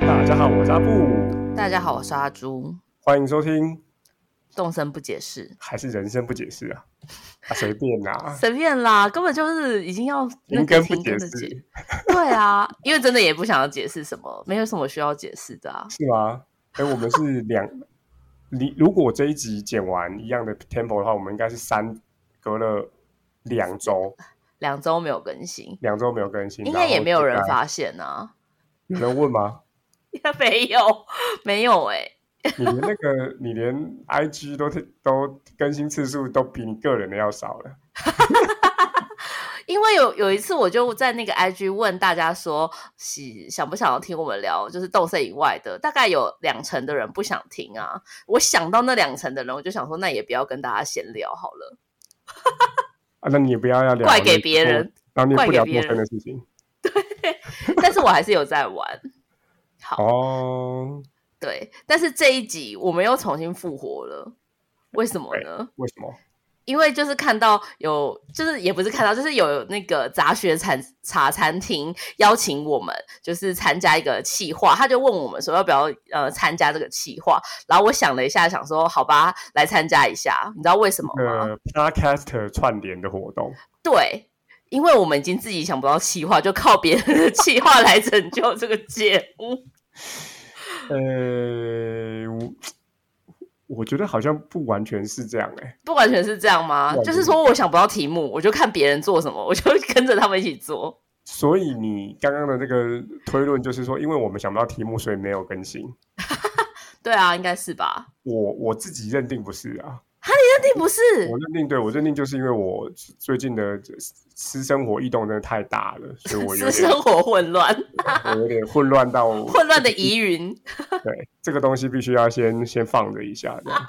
大家好，我是阿布，大家好，我是阿朱，欢迎收听。动身不解释，还是人生不解释啊？啊，随便啦、随便啦，根本就是已经要 那停个更不停解更的释解，对啊，因为真的也不想要解释什么，没有什么需要解释的啊。是吗？哎，我们是两，你如果这一集剪完一样的 tempo 的话，我们应该是三隔了两 周，两周没有更新，两周没有更新，应该也没有人然后发现啊， 大家，有人问吗？也没有，没有哎、你连那个，你连 IG 都都更新次数都比你个人的要少了。因为有有一次我就在那个 IG 问大家说，喜想不想要听我们聊，就是动森以外的，大概有两成的人不想听啊。我想到那两成的人，我就想说，那也不要跟大家闲聊好了。啊，那你也不要要聊，怪给别人，然后你也怪不给聊别陌人生的事情。但是我还是有在玩。好哦，对，但是这一集我们又重新复活了，为什么呢？为什么？因为就是看到有，就是也不是看到，就是有那个杂学餐茶餐厅邀请我们，就是参加一个企划，他就问我们说要不要呃参加这个企划，然后我想了一下，想说好吧，来参加一下，你知道为什么吗？呃，Podcaster 串联的活动，对。因为我们已经自己想不到企划，就靠别人的企划来拯救这个节目。呃，我我觉得好像不完全是这样哎、不完全是这样吗不？完就全是说，我想不到题目，我就看别人做什么，我 就跟着他们一起做。所以你刚刚的那个推论就是说，因为我们想不到题目，所以没有更新。对啊，应该是吧？我我自己认定不是啊，那不是我认定对我认定就是因为我最近的私生活异动真的太大了，所以我有是点生活混乱，我有点混乱到 混乱的疑云 对这个东西必须要先先放着一下 这样。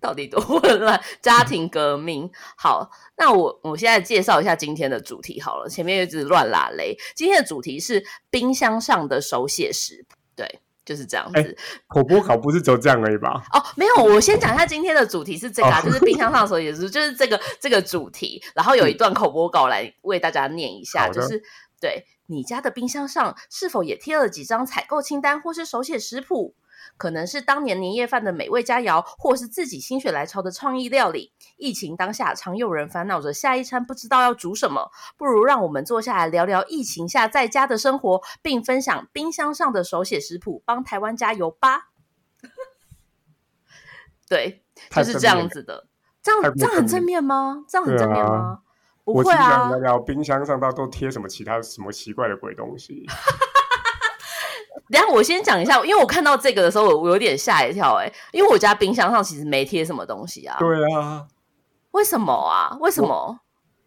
到底多混乱？家庭革命。好，那我我现在介绍一下今天的主题好了，前面又一直乱拉雷。今天的主题是冰箱上的手写食谱，对，就是这样子。哎口播考不是只有这样而已吧？哦，没有，我先讲一下今天的主题是这个、啊，哦 就是冰箱上的手写书，就是这个这个主题。然后有一段口播稿来为大家念一下，好的就是对你家的冰箱上是否也贴了几张采购清单或是手写食谱？可能是当年年夜饭的美味佳肴，或是自己心血来潮的创意料理。疫情当下，常有人烦恼着下一餐不知道要煮什么，不如让我们坐下来聊聊疫情下在家的生活，并分享冰箱上的手写食谱，帮台湾加油吧！对，太就是正这面样了子的。这样太过这样很正正面吗？这样很对正面啊吗？不我会是想啊聊，聊冰箱上到底都贴什么其他什么奇怪的鬼东 西。等一下我先讲一下，因为我看到这个的时候，我我有点吓一跳哎、因为我家冰箱上其实没贴什么东西啊。对啊，为什么啊？为什么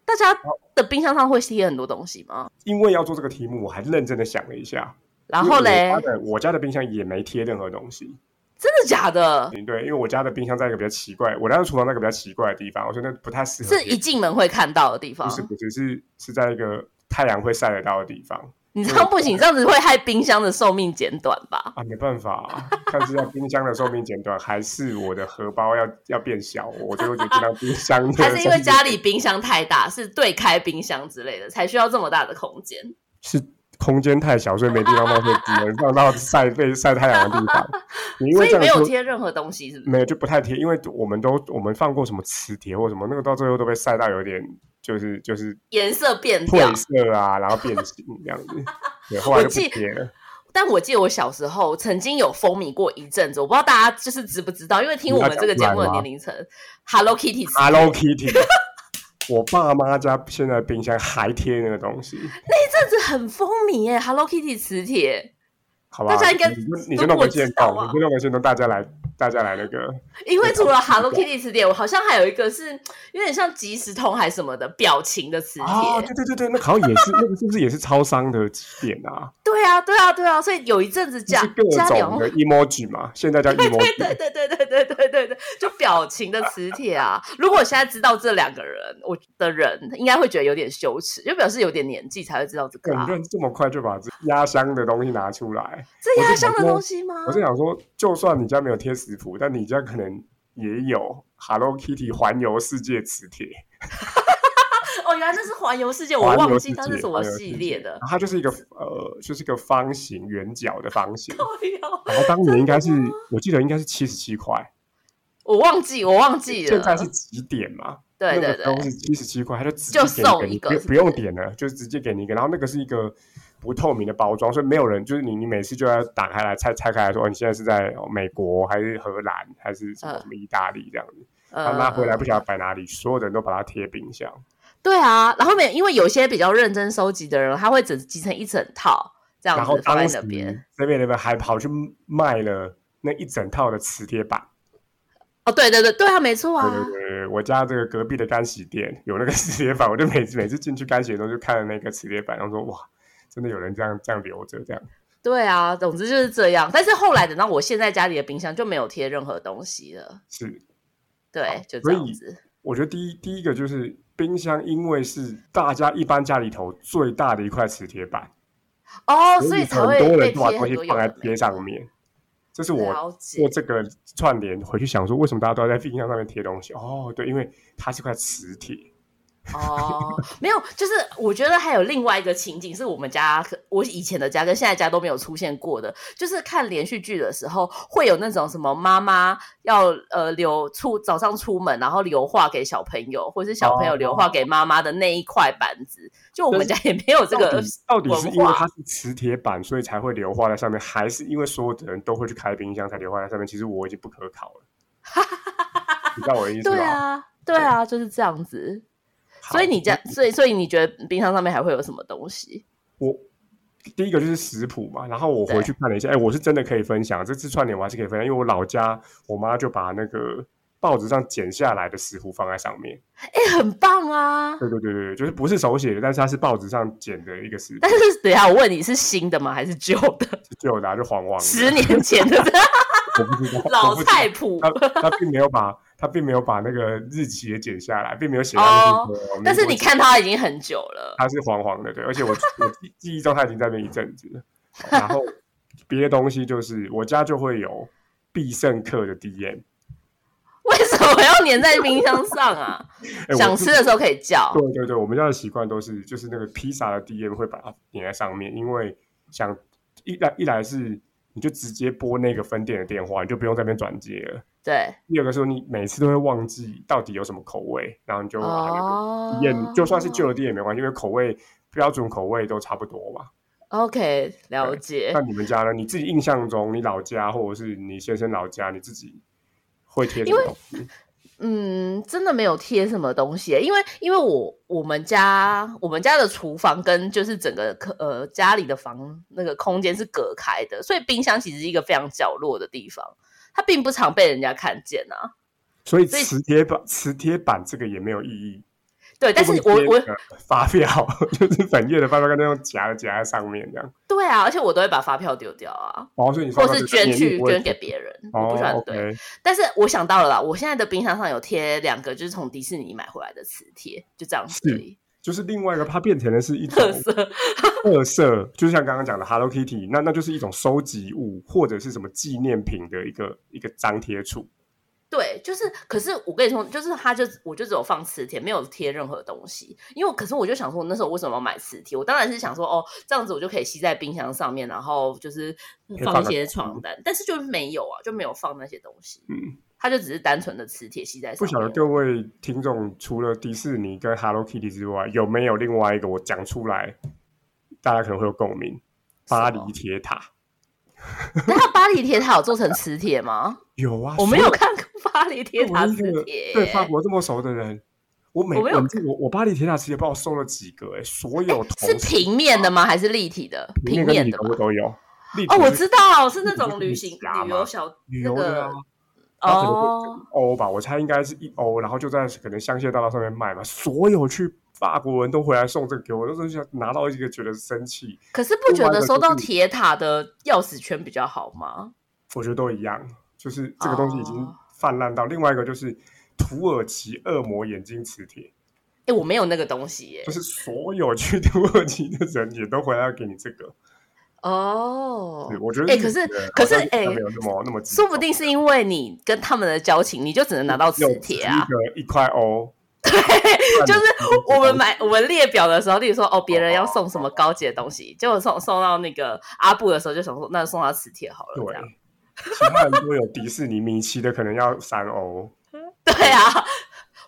大家的冰箱上会贴很多东西吗？因为要做这个题目，我还认真的想了一下。然后嘞因为，我家的我家的冰箱也没贴任何东西。嗯真的假的？对，因为我家的冰箱在一个比较奇怪，我家的厨房在一个比较奇怪的地方，我觉得那不太适合是贴。一进门会看到的地方不。是不是是是在一个太阳会晒得到的地方你这样不行，这样子会害冰箱的寿命减短吧？啊，没办法、啊。但是要冰箱的寿命减短，还是我的荷包要要变小，我就会觉得这张冰箱的 还是因为家里寿命冰箱太大，是对开冰箱之类的，才需要这么大的空间？是空间太小，所以没地方放，所以只能放到晒被晒太阳的地方。你因所为以这没样有说。贴任何东西，是不是？没有就不太贴，因为我们都我们放过什么磁铁或什么，那个到最后都被晒到有点就是就是颜色变掉褪。色啊，然后变形这样子。对，后我来就不记贴了。但我记得我小时候曾经有风靡过一阵子，我不知道大家就是知不知道，因为听我们这个节目的年龄层，Hello Kitty 是 Hello Kitty，我爸妈家现在冰箱还贴那个东西，这阵子很风靡耶，Hello Kitty 磁铁，好吧？大家应该你就你都就弄我个知线道动，啊你就弄个线动，大家来大家来那个因为除了对 Hello Kitty 磁铁，我好像还有一个是有点像即时通还是什么的表情的磁铁。啊，对对对对，那好像也是那个是不是也是超商的起点啊？对啊，对啊，对啊，所以有一阵子就家是各家里好种像的 emoji 嘛，现在叫 对 emoji。对对对对对对对对，就表情的磁铁啊！如果我现在知道这两个人，我的人应该会觉得有点羞耻，就表示有点年纪才会知道这个、很啊多。人这么快就把这压箱的东西拿出来，这压箱我是想的说东西吗？我是想说，就算你家没有贴食谱，但你家可能也有 Hello Kitty 环游世界磁铁。哦，原来那是环游世界，我环游忘世记它是界什么环游世系界列的。它就是一个呃，就是一个方形圆角的方形。哎呦然后当年应该是，我记得应该是七十七块，我忘记，我忘记了。现在是几点嘛？对对那个时候对，是七十七块，他就直接就给送你一个不是用不是不用点了，就直接给你一个。然后那个是一个不透明的包装，所以没有人就是你，你每次就要打开来拆拆开来说，哦，你现在是在哦美国还是荷兰还是什么嗯什么意大利这样子。他呃，拿回来不晓得摆哪里，所有的人都把它贴冰箱。对啊，然后没有，因为有些比较认真收集的人，他会整集成一整套这样然后子放当在时那边。这边那边还跑去卖了那一整套的磁铁板。哦，对对对，对啊，没错啊对，对对对，我家这个隔壁的干洗店有那个 磁铁板，我就每次每次进去干洗的时候就看那个磁铁板，然后说哇，真的有人这样这样留着这样。对啊，总之就是这样。但是后来等到我现在家里的冰箱就没有贴任何东西了，是，对好，就哦所这以样子。我觉得第一第一个就是冰箱，因为是大家一般家里头最大的一块磁铁板，哦，所以才很会多被人贴都把很东多西有放在的没贴的上面。这是我了做解，这个串联回去想说，为什么大家都要在冰箱上面贴东西？哦，对，因为它是块磁铁，哦，没有，就是我觉得还有另外一个情景是我们家我以前的家跟现在家都没有出现过的，就是看连续剧的时候会有那种什么妈妈要呃留出早上出门然后留话给小朋友，或者是小朋友留话给妈妈的那一块板子，就我们家也没有这到个底到底是因为文化它是磁铁板，所以才会硫化在上面，还是因为所有的人都会去开冰箱才硫化在上面？其实我已经不可考 了，你知道我的意思吧？对啊，对啊，就是这样子。好，所以你家，所以所以你觉得冰箱上面还会有什么东西？我第一个就是食谱嘛，然后我对回去看了一下，哎，我是真的可以分享，这次串联我还是可以分享，因为我老家我妈就把那个报纸上剪下来的食谱放在上面，哎，很棒啊！对对对对，就是不是手写的，但是它是报纸上剪的一个食谱但，是等一下我问你是新的吗？还是旧的？是旧的、啊、就黄黄的，十年前的我不知道，我老不知道菜谱，他他并没有把他并没有把那个日期也剪下来，并没有写上去说。哦哦但是你民国几，看它已经很久了。它是黄黄的，对，而且我我记记忆中他已经在那一阵子了。然后别的东西就是我家就会有必胜客的 DM，为什么要粘在冰箱上啊？哎我想吃的时候可以叫。对对对，我们家的习惯都是就是那个披萨的 DM 会把它粘在上面，因为想一来一来是你就直接拨那个分店的电话，你就不用在那边转接了。对，第二个时候，你每次都会忘记到底有什么口味，然后你就、啊那个哦，也就算是旧的店也没关系，因为口味标准口味都差不多嘛。 OK，了解那。你们家呢？你自己印象中，你老家或者是你先生老家，你自己会贴什么东西？嗯，真的没有贴什么东西耶，欸因为因为我我们家我们家的厨房跟就是整个客呃家里的房那个空间是隔开的，所以冰箱其实是一个非常角落的地方，它并不常被人家看见啊。所以所以磁铁板，磁铁板这个也没有意义。对，但是会不我会贴我那个发票就是本页的发票，跟那种夹的夹在上面这样。对啊，而且我都会把发票丢掉啊，哦，所以你说或是捐去捐给别人，我哦不喜欢对。 ，OK，但是我想到了啦，我现在的冰箱上有贴两个，就是从迪士尼买回来的磁贴，就这样子是而已。就是另外一个，它变成的是一种特 色特色，就像刚刚讲的 Hello Kitty，那那就是一种收集物或者是什么纪念品的一个一个张贴处。对，就是，可是我跟你说，就是它就我就只有放磁铁，没有贴任何东西，因为我可是我就想说，那时候为什么要买磁铁？我当然是想说，哦，这样子我就可以吸在冰箱上面，然后就是以放放一个些图床单，但是就没有啊，就没有放那些东西，嗯，它就只是单纯的磁铁吸在上不面。晓得各位听众除了迪士尼跟 Hello Kitty 之外，有没有另外一个我讲出来，大家可能会有共鸣？巴黎铁塔 那它巴黎铁塔有做成磁铁吗？有啊， 我没所有以看过巴黎铁塔我磁是一个铁耶，对法国这么熟的人，我每我没有我我我巴黎铁塔其实不知道收了几个哎、所有同是事平面的吗？还是立体的？平面平跟面旅的游吗？都有。立哦，体我是知道，是那立体种是旅立行体啊旅游嘛小旅那游的啊个。它可能会哦一，欧吧，我猜应该是一欧，然后就在可能香榭大道上面卖嘛。所有去法国人都回来送这个给我，那时候想拿到一个觉得生气，可是不觉另外一得个收到就是铁塔的钥匙圈比较好吗？我觉得都一样，就是这个东西已经哦泛滥到。另外一个就是土耳其恶魔眼睛磁铁，哎，我没有那个东西耶就。是所有去 土耳其的人也都回来要给你这个。哦对，我觉得哎，日可是本人可是好像哎没有那么那么激动，说不定是因为你跟他们的交情，你就只能拿到磁有铁啊。 一个一块欧，就是我们买我们列表的时候，例如说哦，别人要送什么高级的东西，结果送送到那个阿布的时候，就想说那就送到磁铁好了，这对样。，其他人都有迪士尼、米奇的，可能要三欧。 对啊，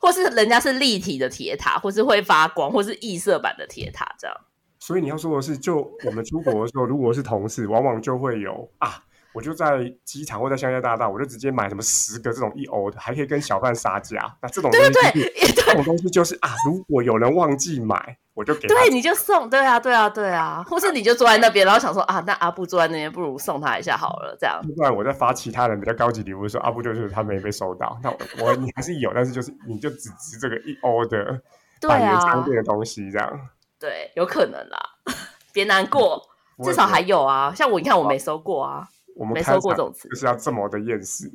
或是人家是立体的铁塔，或是会发光，或是异色版的铁塔这样。所以你要说的是，就我们出国的时候，如果是同事，往往就会有啊，我就在机场或在乡下大道，我就直接买什么十个这种一欧的，还可以跟小贩杀价。那这种东西、就是，对对 这种东西就是啊，如果有人忘记买，我就给他。对，你就送，对啊，对啊，对啊，或是你就坐在那边，然后想说啊，那阿布坐在那边，不如送他一下好了，这样。不然我再发其他人比较高级礼物的时候，阿布就是他没被收到，那我你还是有，但是就是你就只值这个一欧的对百元商啊，店的东西这样。对，有可能啦， 别难过，不会至少不还会有啊。像我，你看我没收过啊，我们没开收过场这种词就。是要这么的厌世。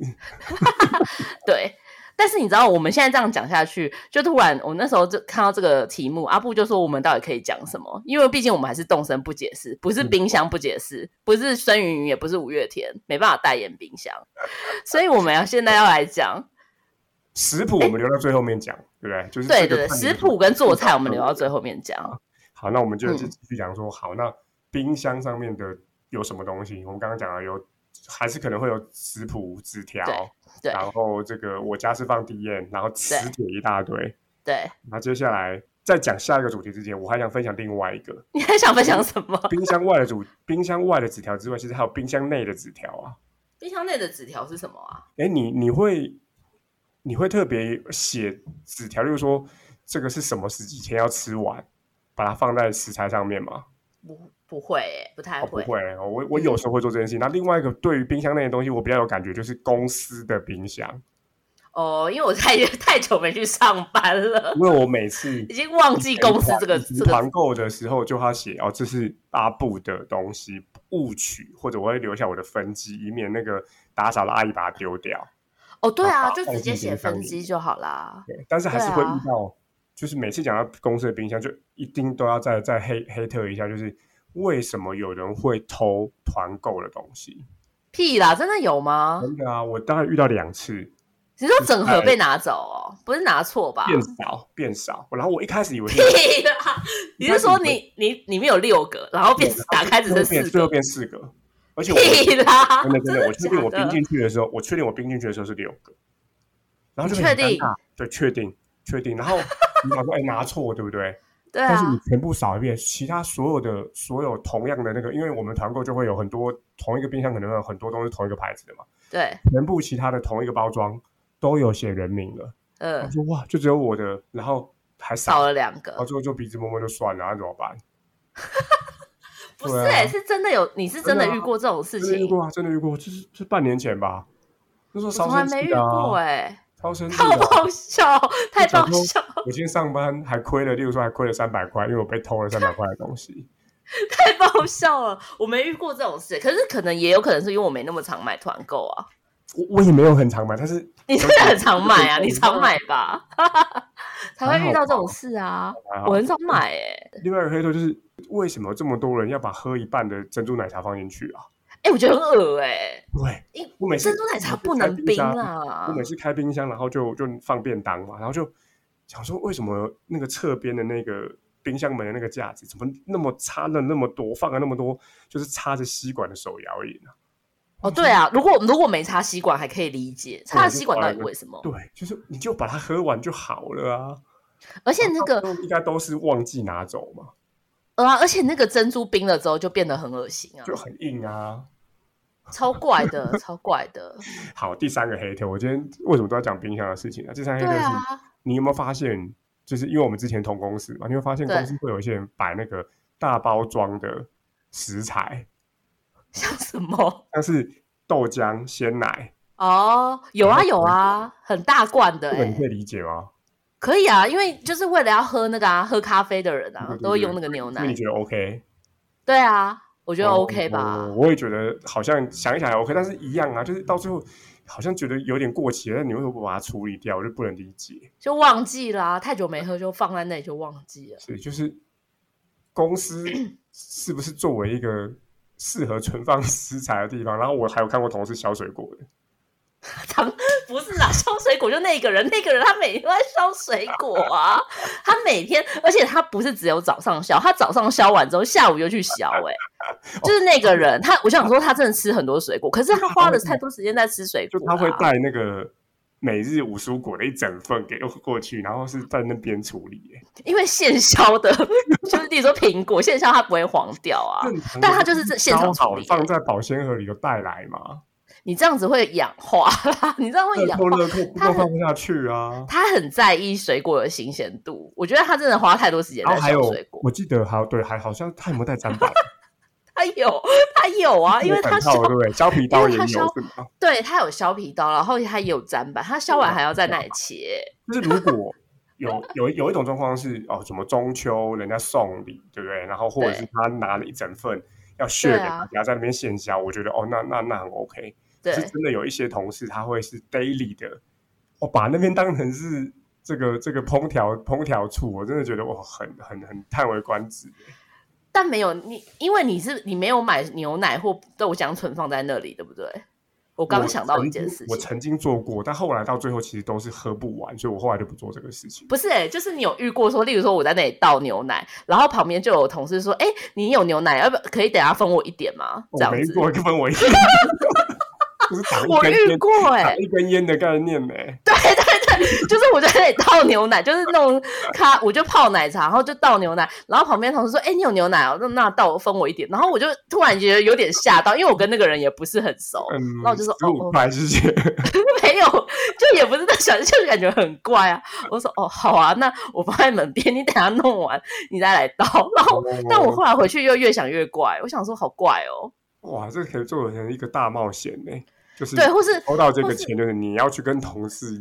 对，但是你知道，我们现在这样讲下去，就突然我那时候就看到这个题目，阿布就说我们到底可以讲什么？因为毕竟我们还是动身不解释，不是嗯冰箱不解释，不是孙云云，也不是五月天，没办法代言冰箱，所以我们要现在要来讲，食谱我们留到最后面讲，对不对？就是哎 对这个对对，看你食怎么谱跟做菜我们留到做最后面嗯讲。好，那我们就继嗯继续讲说，好，那冰箱上面的有什么东西？我们刚刚讲了有，还是可能会有食谱、纸条，对然后这个我家是放地燕，然后磁铁一大堆。对，那接下来在讲下一个主题之前，我还想分享另外一个你还想分享什么？冰箱外的主冰箱外的纸条之外，其实还有冰箱内的纸条啊。 冰箱内的纸条是什么啊？哎，你你会你会特别写纸条，就是说这个是什么时几天要吃完，把它放在食材上面吗？不，不会、欸，不太哦，不会。会，哦我我有时候会做这件事情。那另外一个对于冰箱内的东西，我比较有感觉，就是公司的冰箱，哦，因为我太 太久没去上班了，因为我每次已经 忘记公司这个以前团以前这个团购的时候，就他写哦，这是阿布的东西，误取，或者我会留下我的分机，以免那个打扫的阿姨把它丢掉。哦，对把啊，它就放直接进写冰箱分里机就好啦。对，但是还是对会啊遇到，就是每次讲到公司的冰箱，就一定都要再再黑黑特一下，就是为什么有人会偷团购的东西？屁啦，真的有吗？真的啊，我大概遇到两次。你说整盒被拿走哦，不是拿错吧？哎变少变少。然后我一开始以为是屁 啦！你是说你你里面有六个，然后变打开只最后剩变四最后个？变四个，而且我屁啦！ 真的真的，我确假定我冰的？进去的时候，我确定我冰进去的时候是六个，然后就你很确定尴尬？对，确定确定。然后你想说，哎，拿错对不对？ 对但是你啊，全部扫一遍，其他所有的所有同样的那个，因为我们团购就会有很多同一个冰箱，可能会有很多都是同一个牌子的嘛，对，全部其他的同一个包装都有写人名了。我嗯，说哇，就只有我的，然后还少少，了两然后个。最后就鼻子摸摸就算了，那怎么办？不是对啊欸，是真的有，你是真的真的啊遇过这种事真的遇情？过啊，真的遇过，就是是半年前吧，那时候我超从来生没气遇的过啊， 哎，超生气的 好啊。爆笑，哦太爆想说笑，我今天上班还亏了，例如说还亏了三百块，因为我被偷了三百块的东西。太爆笑了！我没遇过这种事，可是可能也有可能是因为我没那么常买团购啊。我我也没有很常买，但是 你真的很常买 啊，你常买吧， 才会遇到这种事啊。还好我。很少买欸诶、另外一个黑头就是为什么这么多人要把喝一半的珍珠奶茶放进去啊？哎、我觉得很恶哎、因对，我每次珍珠奶茶不能冰啊啦啊我。每次开冰箱，然后就就放便当嘛，然后就想说为什么那个侧边的那个冰箱门的那个架子怎么那么插了那么多，放了那么多，就是插着吸管的手摇饮啊？哦，对啊，如果如果没插吸管还可以理解，插了吸管到底为什么？对，就是你就把它喝完就好了啊。而且那个然 后应该都是忘记拿走嘛，呃啊，而且那个珍珠冰了之后就变得很恶心 啊，就很硬啊。超怪 的，超怪的。好，第三个黑头，我今天为什么都要讲冰箱的事情啊？第三对个黑头是、啊，你有没有发现，就是因为我们之前同公司嘛，你会发现对公司会有一些人摆那个大包装的食材，像什么？像是豆浆、鲜奶，哦，有啊有啊，很大罐的这哎、个你可以理解吗？可以啊，因为就是为了要喝那个啊，喝咖啡的人对啊对，对都会用那个牛所以你奶。觉得 OK？对啊，我觉觉得 OK 吧我？我也觉得好像想一想还 OK，但是一样啊，就是到最后好像觉得有点过期了，但你为什么不把它处理掉？我就不能理解。就忘记啦、太久没喝就放在那里就忘记了。 所以就是公 司是不是作 为一个适合存放食材的地方？然后我还有看过同事削水果的。唐不是啦，烧水果就那个人，那个人他每天都在烧水果啊，他每天，而且他不是只有早上削，他早上削完之后，下午又去削、欸，哦哎，就是那个人，他我想说他真的吃很多水果，可是他花了太多时间在吃水就果、他会带那个每日五蔬果的一整份给过去，然后是在那边处理耶。因为现削的， 就是比如说苹果现削它不会黄掉啊，正常但的他就是这现场烧好处理放在保鲜盒里就带来嘛，你这样子会氧化 啦，你这样会热氧扣化。热扣不他够很放不下去啊。他很在意水果的新鲜度，我觉得他真的花太多时间然在后还有削水，果。我记得还有对，还好像他有没有带砧板？他有，他有 啊， 因为他反削套对不对？削皮刀也因为他有削是吗？对他有削皮刀，然后他也有砧板，他削完还要在那里切。就是如果有有有一种状况是哦，什么中秋人家送礼，对不对？然后或者是对他拿了一整份要炫给对啊大家，在那边现销，我觉得哦，那那那很 OK。可对是真的有一些同事他会是 daily 的，我、哦、把那边当成是这个这个烹调烹调处，我真的觉得我很很很叹为观止。但没有你，因为你是你没有买牛奶或豆浆存放在那里，对不对？我我刚想到曾一件经事我情，曾经做过，但后来到最后其实都是喝不完，所以我后来就不做这个事情。不是、欸，就是你有遇过说，例如说我在那里倒牛奶，然后旁边就有同事说：“哎、你有牛奶，要不可以等下分我一点吗？”这我样没子，过，根本我一 就是打一我根遇烟，过哎、打一根烟的概念呢、就是我在那里倒牛奶，就是弄咖，我就泡奶茶，然后就倒牛奶，然后旁边同事说：“哎、你有牛奶哦，那那倒分我一点。”然后我就突然觉得有点吓到，因为我跟那个人也不是很熟，嗯，那我就说十哦五块谢谢。没有，就也不是在想，就感觉很怪啊。我说：“哦，好啊，那我放在门边，你等下弄完你再来倒。”然哦后，但我后来回去又越想越怪，我想说好怪哦，哇，这可以做成一个大冒险呢、就是对，或是 抽到这或个是钱，就是你要去跟同事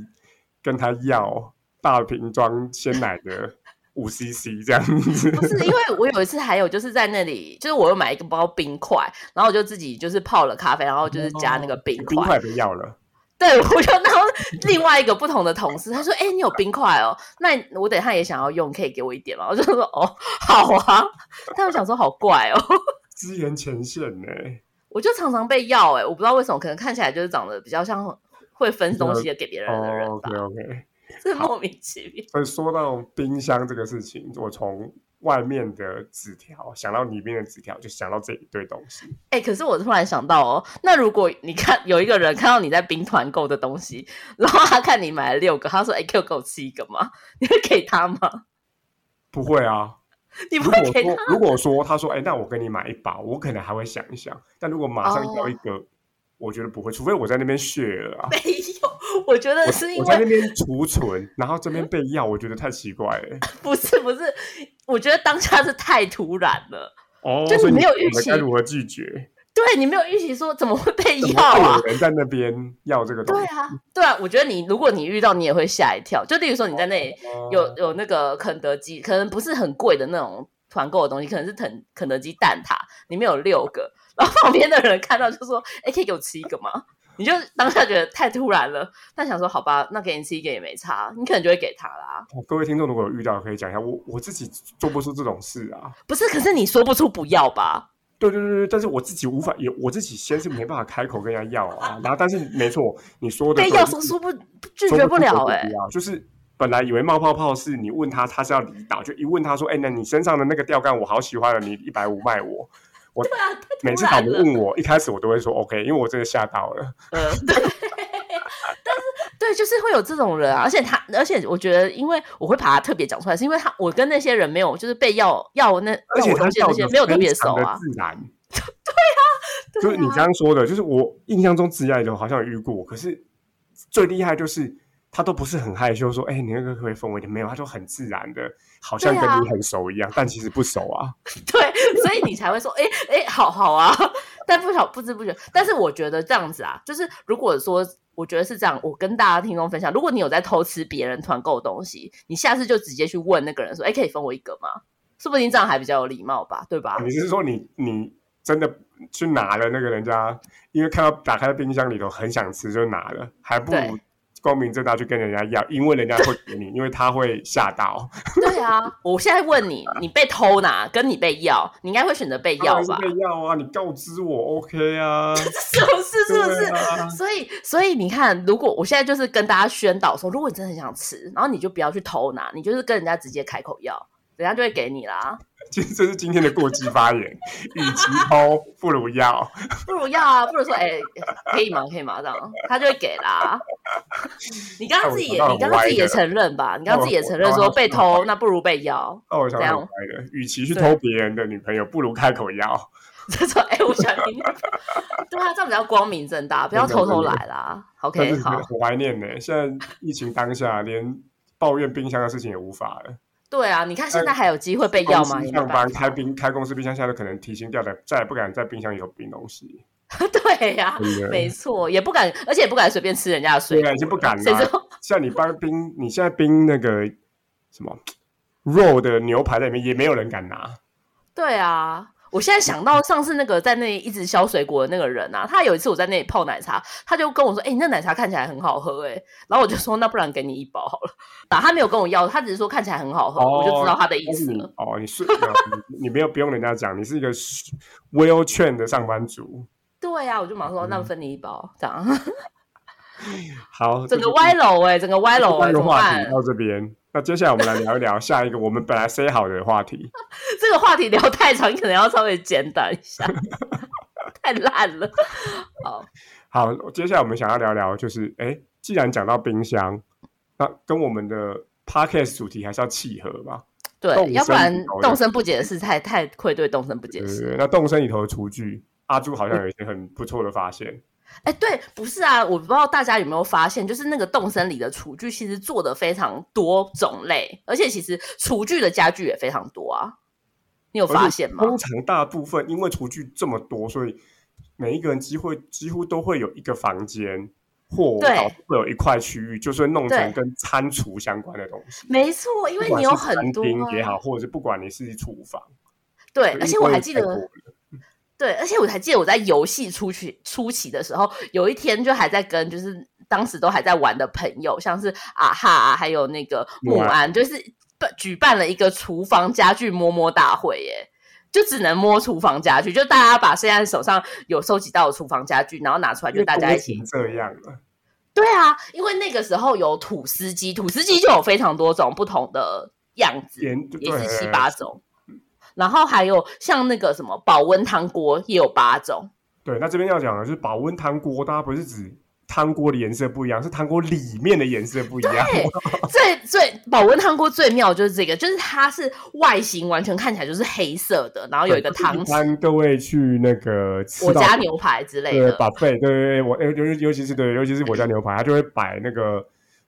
跟他要大瓶装鲜奶的五 CC 这样 子。不是，因为我有一次还有就是在那里，就是我又买一个包冰块，然后我就自己就是泡了咖啡，然后就是加那个冰哦冰块块。不要了，对，我就然后另外一个不同的同事，他说：“哎、你有冰块哦？那你我等一下也想要用，可以给我一点吗？”我就说：“哦，好啊。”但我想说好怪哦， 支援前线呢、我就常常被要哎、我不知道为什么，可能看起来就是长得比较像会分东西的给别人的人哦吧，OK，OK。 这、莫名其妙。所以说到冰箱这个事情，我从外面的纸条想到里面的纸条，就想到这一堆东西。哎、可是我突然想到哦，那如果你看有一个人看到你在冰团购的东西，然后他看你买了六个，他说：“哎、可以给我吃一个吗？” 你会给他吗？不会啊，你不如会果给他说如果说他说哎、那我跟你买一包，我可能还会想一想。但如果马上哦要一个，我觉得不会，除非我在那边血了啊。没有，我觉得是我因我在那为边储存，然后这边被要，我觉得太奇怪了。不是不是，我觉得当下是太突然了，哦 就你所以没有预懂得期该如何拒绝？对你没有预期说怎么会被怎么要会啊有？人在那边要这个东对西？啊，对啊，我觉得你如果你遇到你也会吓一跳，就例如说你在那里哦有有那个肯德基，可能不是很贵的那种团购的东西，可能是肯肯德基蛋挞，里面有六个，然后旁边的人看到就说：“哎，可以给我吃一个吗？” 你就当下觉得太突然了，但想说好吧，那给你吃一个也没差，你可能就会给他啦。哦各位听众如果有遇到，可以讲一下。我我自己做不出这种事啊。不是，可是你说不出不要吧？对对对对，但是我自己无法，也我自己先是没办法开口跟人家要啊。然后，但是没错，你说的被对要就说是说不拒绝不了哎、啊，就是本来以为冒泡泡是你问他，他是要离岛，就一问他说，哎、那你身上的那个钓竿我好喜欢了，啊你一百五卖我。我每次啊导突然游了问我，一开始我都会说 OK，因为我真的吓到了。呃， 对，但是对，就是会有这种人啊，而且他，而且我觉得，因为我会把他特别讲出来，是因为他我跟那些人没有，就是被要要那而要且我他东西的笑那得些没有特别非熟常的啊，自然。对就是你啊刚刚说的，就是我印象中自爱的好像有遇过，可是最厉害就是他都不是很害羞，说哎、你那个可不可以分我一点，没有，他就很自然的，好像对跟啊你很熟一样，但其实不熟啊。对，所以你才会说，哎、哎、好好啊， 但不晓不知不觉，但是我觉得这样子啊，就是如果说。我觉得是这样，我跟大家听众分享，如果你有在偷吃别人团购的东西，你下次就直接去问那个人说：“哎，可以分我一个吗？”说不定这样还比较有礼貌吧，对吧？你是说你你真的去拿了那个人家，因为看到打开冰箱里头很想吃就拿了，还不如对光明正大去跟人家要，因为人家会给你，因为他会吓到。对啊，我现在问你，你被偷拿跟你被要，你哦应该会选择 被要吧？要啊，你告知我 OK 啊， 是不是？是不是？对啊所以，所以你看，如果我现在就是跟大家宣导说，如果你真的很想吃，然后你就不要去偷拿，你就是跟人家直接开口要，人家就会给你啦。其实这是今天的过激发言，与其偷，不如要。不如要啊，不如说哎、可以吗？可以吗？这样他就会给啦。你刚刚自己也，那哎我你刚刚那我歪自己的也承认吧？你刚刚自己也承认那说我被偷，那不如被要。 那哦我想怎很样乖的，与其去对偷别人的女朋友，不如开口要。这种哎、我想听。 对啊，这样比较光明正大，不要偷偷来啦。但 OK，是好，很怀念呢、现在疫情当下，连抱怨冰箱的事情也无法了。对啊，你看现在还有机会被要公吗？司也没上办班法开冰开公司冰箱，现在都可能提心吊胆，再也不敢在冰箱里有冰东西。 对呀、真的啊没错，也不敢，而且也不敢随便吃人家的水对果啊，了，已经不敢谁知了。道？像你搬冰，你现在冰那个什么肉的牛排在里面，也没有人敢拿。对啊，我现在想到上次那个在那里一直削水果的那个人啊，他有一次我在那里泡奶茶，他就跟我说：“哎、你那奶茶看起来很好喝、哎。”然后我就说：“那不然给你一包好了。”啊，他没有跟我要，他只是说看起来很好喝，哦我就知道他的意但是思你了。哦，你是你你没有不用人家讲，你是一个 well 券的上班族。对啊，我就马上说：“嗯那分你一包。”这样，好，整这个就歪楼哎、整个歪这楼就哎、这怎个么话办题？到这边，那接下来我们来聊一聊下一个我们本来 say 好的话题。这个话题聊太长，可能要稍微简短一下， 太烂了。好，好，接下来我们想要聊聊，就是哎，既然讲到冰箱，那跟我们的 podcast 主题还是要契合吧？动对，要不身然不苟动的身不解释太太愧对动身不解对释。对对。那动身里头的厨具，阿朱好像有一些很不错的发现。哎，对，不是啊，我不知道大家有没有发现，就是那个动森里的厨具其实做的非常多种类，而且其实厨具的家具也非常多啊。你有而发且现吗？通常大部分因为厨具这么多，所以每一个人机会几乎都会有一个房间。或对导致会有一块区域，就是会弄成对跟餐厨相关的东西，没错，因不为管你有是很餐多、厅也啊、好，或者是不管你是厨房，对，就而一且我堆还人记太多了得，对，而且我还记得我在游戏初期初期的时候，有一天就还在跟就是当时都还在玩的朋友，像是啊哈啊，还有那个木木安安，就是办举办了一个厨房家具摸摸大会耶。就只能摸厨房家具，就大家把现在手上有收集到的厨房家具，然后拿出来，因就为大都家一已起经这样了。对啊，因为那个时候有土司机，土司机就有非常多种不同的样子，连对也是七八种。然后还有像那个什么保温汤锅也有八种，对，那这边要讲的就是保温汤锅，大家不是指汤锅的颜色不一样，是汤锅里面的颜色不一样。对最最保温汤锅最妙就是这个，就是它是外形完全看起来就是黑色的，然后有一个汤一匙，般各位去那个吃我到家牛排之类对的，把费，对对对，我尤尤尤其是对，尤其是我家牛排，它就会摆那个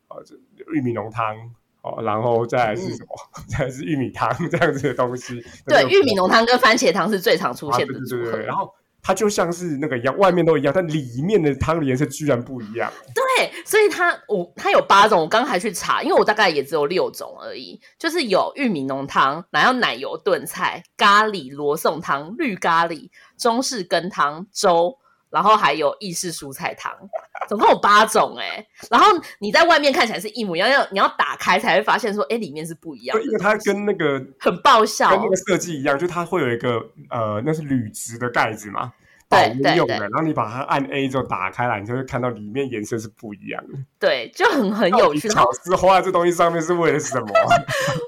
呃这玉米浓汤哦，然后再来是什么？ 再来是玉米汤这样子的东西。嗯那，对个玉米浓汤跟番茄汤是最常出啊现对的对组对合。对，然后。它就像是那个一样，外面都一样，但里面的汤的颜色居然不一样。对，哎所以它我它有八种，我刚刚还去查，因为我大概也只有六种而已，就是有玉米浓汤，然后奶油炖菜、咖喱罗宋汤、绿咖喱、中式羹汤、粥，然后还有意式蔬菜汤，总共有八种哎、然后你在外面看起来是一模一样，要你要打开才会发现说，哎，里面是不一样对，因为的，它跟那个很爆笑哦跟。那个设计一样，就它会有一个呃，那是铝质的盖子嘛，保对温对用的。对然后你把它按 A 之后打开来，你就会看到里面颜色是不一样的。对，就很很有趣。然后巧思花在这东西上面是为了什么？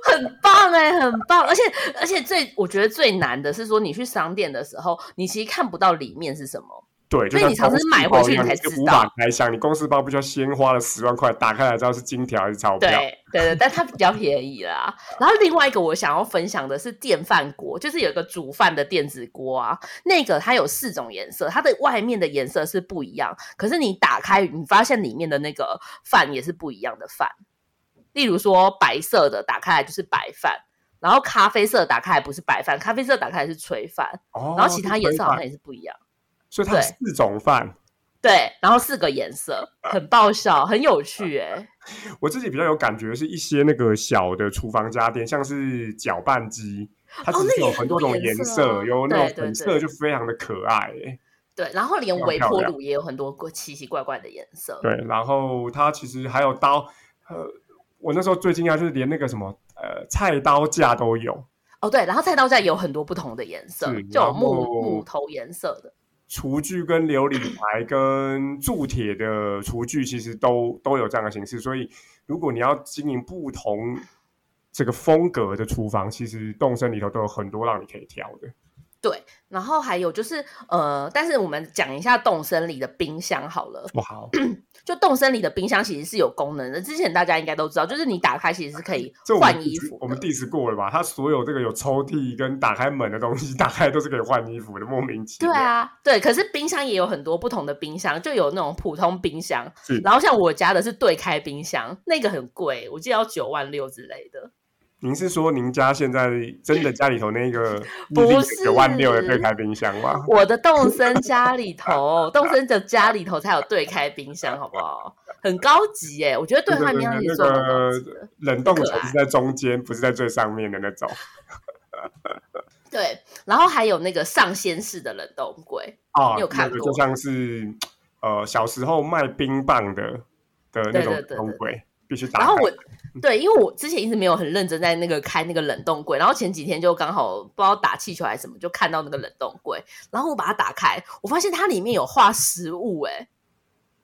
很棒哎、很棒！而且而且最我觉得最难的是说，你去商店的时候，你其实看不到里面是什么。对，就所像以你常公是事买包回去一样你才是知无法道开箱。你公司包不就要先花了十万块，打开来知道是金条还是钞对票？对对，但它比较便宜啦。然后另外一个我想要分享的是电饭锅，就是有一个煮饭的电子锅啊，那个它有四种颜色，它的外面的颜色是不一样，可是你打开你发现里面的那个饭也是不一样的饭。例如说白色的打开来就是白饭，然后咖啡色打开来不是白饭，咖啡色打开来是炊饭，哦，然后其他颜色好像是也是不一样。所以它有对四种饭。对，然后四个颜色，很爆笑，很有趣啊哎、我自己比较有感觉是一些那个小的厨房家电，像是搅拌机，它哦其实那有也很很多多种颜颜色啊有那对种对粉对色就非常的可爱、欸对，然后连非常微漂波亮炉也有很多个奇奇怪怪的颜色。对，然后它其实还有刀，呃，我那时候最惊讶就是连那个什么呃菜刀架都有，哦，对，然后菜刀架也有很多不同的颜色是，就有然木后木头颜色的。厨具跟琉璃台跟铸铁的厨具，其实都都有这样的形式。所以，如果你要经营不同这个风格的厨房，其实动森里头都有很多让你可以挑的。对，然后还有就是，呃，但是我们讲一下动森里的冰箱好了。哇，好，就动森里的冰箱其实是有功能的，之前大家应该都知道，就是你打开其实是可以这我们换衣服的。我们 diss 过了吧？它所有这个有抽屉跟打开门的东西， 打开都是可以换衣服的，莫名其对妙。，啊，对，可是冰箱也有很多不同的冰箱，就有那种普通冰箱是，然后像我家的是对开冰箱，那个很贵，我记得要九万六之类的。您是说您家现在真的家里头那 个不是九万六的对开冰箱吗？我的动森家里头，动森的家里头才有对开冰箱，好不好？很高级耶、我觉得对开冰箱也算蛮高级的。冷冻很可层爱是在中间，不是在最上面的那种。对，然后还有那个上仙式的冷冻柜，啊，你有看那个过就像是呃小时候卖冰棒的的那对种对对东对柜，必须打然开。后我对，因为我之前一直没有很认真在那个开那个冷冻柜，然后前几天就刚好不知道打气球还是什么，就看到那个冷冻柜，然后我把它打开，我发现它里面有画食物、哎，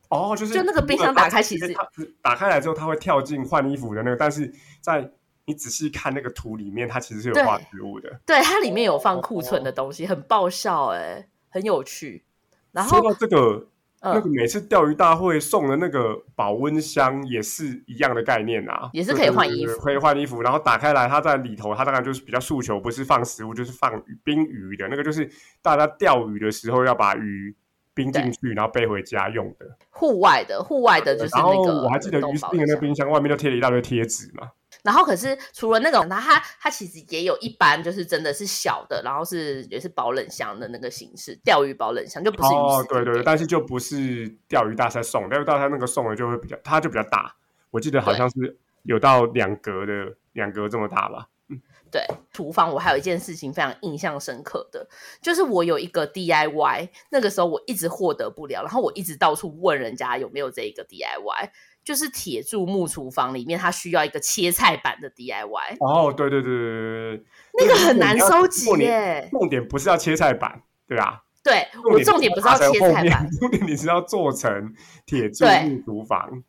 哦，就是就那个冰箱打开其实它打开来之后，它会跳进换衣服的那个，但是在你仔细看那个图里面，它其实是有对画植物的。对，它里面有放库存的东西，很爆笑、哎，很有趣。然说后，到这个，那个嗯，每次钓鱼大会送的那个保温箱也是一样的概念啊，也是可以换衣对服对对对可以换衣服，然后打开来，它在里头，它当然就是比较诉求，不是放食物，就是放鱼冰鱼的那个，就是大家钓鱼的时候要把鱼冰进去，然后背回家用的。户外的，户外呃的就是然后那个我还记得冷冻鱼保冰的那鲜个冰箱外面就贴了一大堆贴纸嘛，然后可是除了那种，它它它其实也有一般就是真的是小的，然后是也是保冷箱的那个形式，钓鱼保冷箱就不是鱼哦食，对对对对，但是就不是钓鱼大赛送，钓鱼大赛那个送的就会比较，它就比较大，我记得好像是有到两格的，两格这么大吧。对厨房我还有一件事情非常印象深刻的，就是我有一个 DIY，那个时候我一直获得不了，然后我一直到处问人家有没有这一个 DIY，就是铁柱木厨房里面它需要一个切菜板的 DIY，哦，对对对对对对，那个很难收集过年耶。重点不是要切菜板，对吧？对我重点不是要切后菜板面，，重点你是要做成铁柱对木厨房。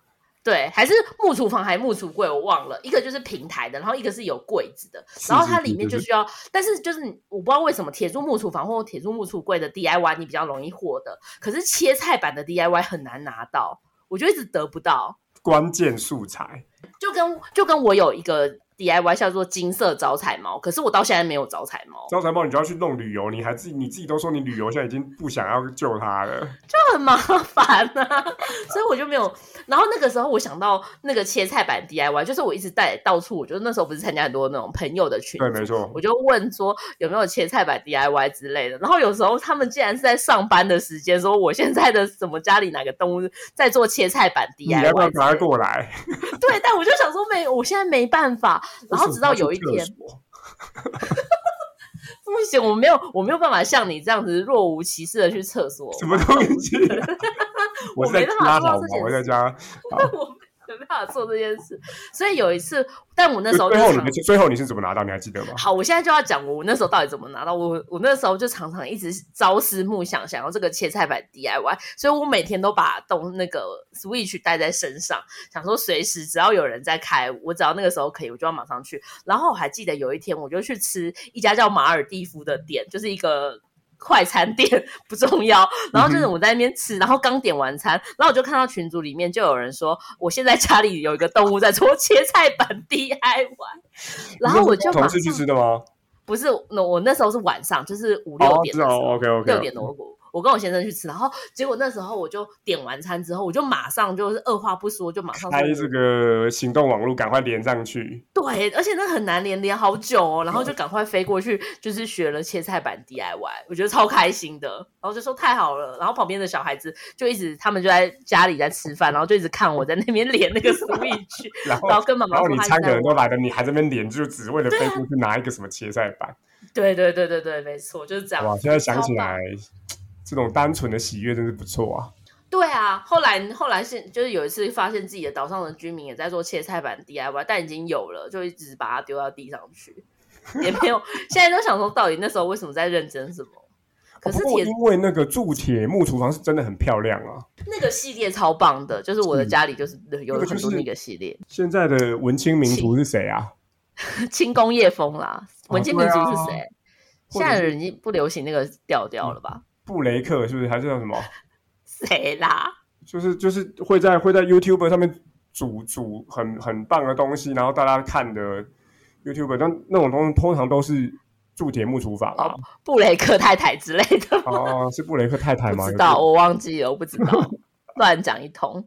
对，还是木厨房还是木橱柜，我忘了，一个就是平台的，然后一个是有柜子的，是然后是它是里面是就是需要，但是就是你我不知道为什么铁柱木厨房或铁柱木橱柜的 DIY 你比较容易获得，可是切菜板的 DIY 很难拿到，我就一直得不到，关键素材，就跟就跟我有一个 DIY 叫做金色招财猫，可是我到现在没有招财猫，招财猫你就要去弄旅游，你还自己你自己都说你旅游现在已经不想要救它了，就很麻烦啊，所以我就没有。然后那个时候我想到那个切菜板 DIY，就是我一直带到处，我就那时候不是参加很多那种朋友的群对，组没错，我就问说有没有切菜板 DIY 之类的，然后有时候他们竟然是在上班的时间说我现在的什么家里哪个动物在做切菜板你要不要赶 DIY，之快类的过来？对，但我就想说没，我现在没办法。然后直到有一为天什，么不行，我没有我没有办法像你这样子若无其事的去厕所，他去厕所什么东西啊？我我在没办法家做到好吗这？件我在家。 我没办法做这件事。所以有一次，但我那时候就最后尝你的最后你是怎么拿到？你还记得吗？好，我现在就要讲我那时候到底怎么拿到。我我那时候就常常一直朝思暮想，想要这个切菜板 DIY，所以我每天都把动那个 Switch 带在身上，想说随时只要有人在开，我只要那个时候可以，我就要马上去。然后我还记得有一天，我就去吃一家叫马尔蒂夫的店，就是一个。快餐店 不重要，然后嗯就是我在那边吃，然后刚点完餐，然后我就看到群组里面就有人说，我现在家里有一个动物在做切菜板 DIY，然后我就同马事去上吃的吗？不是，那我那时候是晚上，就是五哦六，点是的时哦候， ，OK OK，六点多我我跟我先生去吃，然后结果那时候我就点完餐之后，我就马上就是二话不说就马上开说这个行动网络，赶快连上去。对，而且那很难连连好久哦，然嗯后就赶快飞过去，就是学了切菜板 DIY，我觉得超开心的，然后就说太好了，然后旁边的小孩子就一直他们就在家里在吃饭，然后就一直看我在那边连 那个 Switch，然后然后跟妈妈然后说你他一餐可直在能都来了，你还在那边连，就只为了啊飞过去拿一个什么切菜板。对对对对对，没错，就是这样。哇，现在想起超棒来，这种单纯的喜悦真是不错啊。对啊，后来后来是就是有一次发现自己的岛上的居民也在做切菜板 DIY，但已经有了，就一直把它 丢到地上去，也没有。现在都想说，到底那时候为什么在认真什么？可是哦不过铁因为那个铸铁木厨房是真的很漂亮啊，那个系列超棒的，就是我的是家里就是有嗯那个很就多是那个系列， 现在的文青名厨是谁啊？轻工业风啦。文青民族是哦对啊谁？或者是现在的人已经不流行那个调调了吧？布雷克是不是？还是叫什么？嗯谁啦？就是就是会在会在 YouTube 上面煮煮很很棒的东西，然后大家看的 YouTube，但那种东西通常都是铸铁木厨哦房啊。布雷克太太之类的吗？哦，是布雷克太太吗？不知有道，这个，我忘记了，我不知 道，乱讲一通。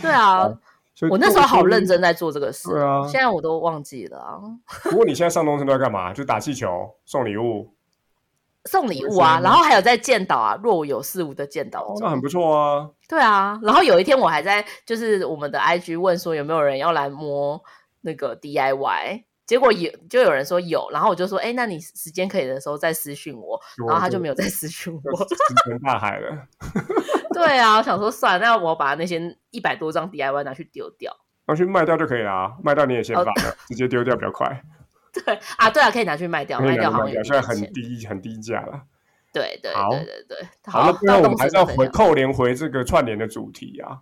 对啊，哦所以我那时候好认。真在做这个事，对啊现在我都忘记了啊。不过你现在上东升都在干嘛？就打气球、送礼物，送礼物啊，嗯然后还有在建岛啊，若有似无的建岛哦，中那很不错啊。对啊，然后有一天我还在就是我们的 IG 问说有没有人要来摸那个 DIY，结果有就有人说有，然后我就说哎，那你时间可以的时候再私讯我，然啊后他就没有有再私讯我。 石沉大海了。对啊，我想说算了，那我把那些一百多张 DIY 拿去丢掉。然后去卖掉就可以啦，卖掉你也嫌哦烦了，直接丢掉比较快，对啊，对啊，可以拿去卖掉，可以卖拿掉去好卖像有掉，一现在点很钱。低很低价了。对对好对对对，好，那不然到我动们还身是要再回讲扣连回这个串联的主题啊。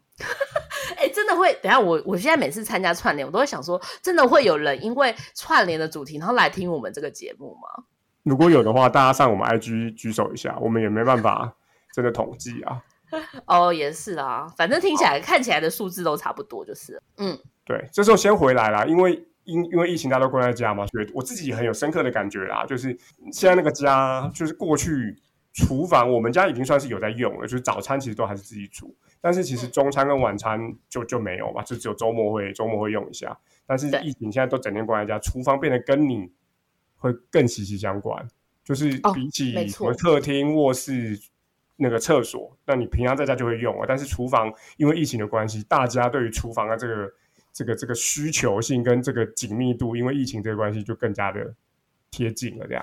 哎、真的会，等一下我我现在每次参加串联，我都会想说，真的会有人因为串联的主题，然后来听我们这个节目吗？如果有的话，大家上我们 IG 举手一下，我们也没办法真的统计啊。哦，也是啊，反正听起来看起来的数字都差不多，就是了嗯，对，这时候先回来啦，因为因因为疫情大家都关在家嘛，所以我自己很有深刻的感觉啦，就是现在那个家，就是过去厨房我们家已经算是有在用了，就是早餐其实都还是自己煮，但是嗯其实中餐跟晚餐就就没有嘛，就只有周末会周末会用一下。但是对疫情现在都整天关在家，厨房变得跟你会更息息相关，就是哦比起没什错么客厅、卧室。那个厕所，那你平常在家就会用啊，但是厨房因为疫情的关系，大家对于厨房的这个这个这个需求性跟这个紧密度，因为疫情这个关系，就更加的贴近了。这样，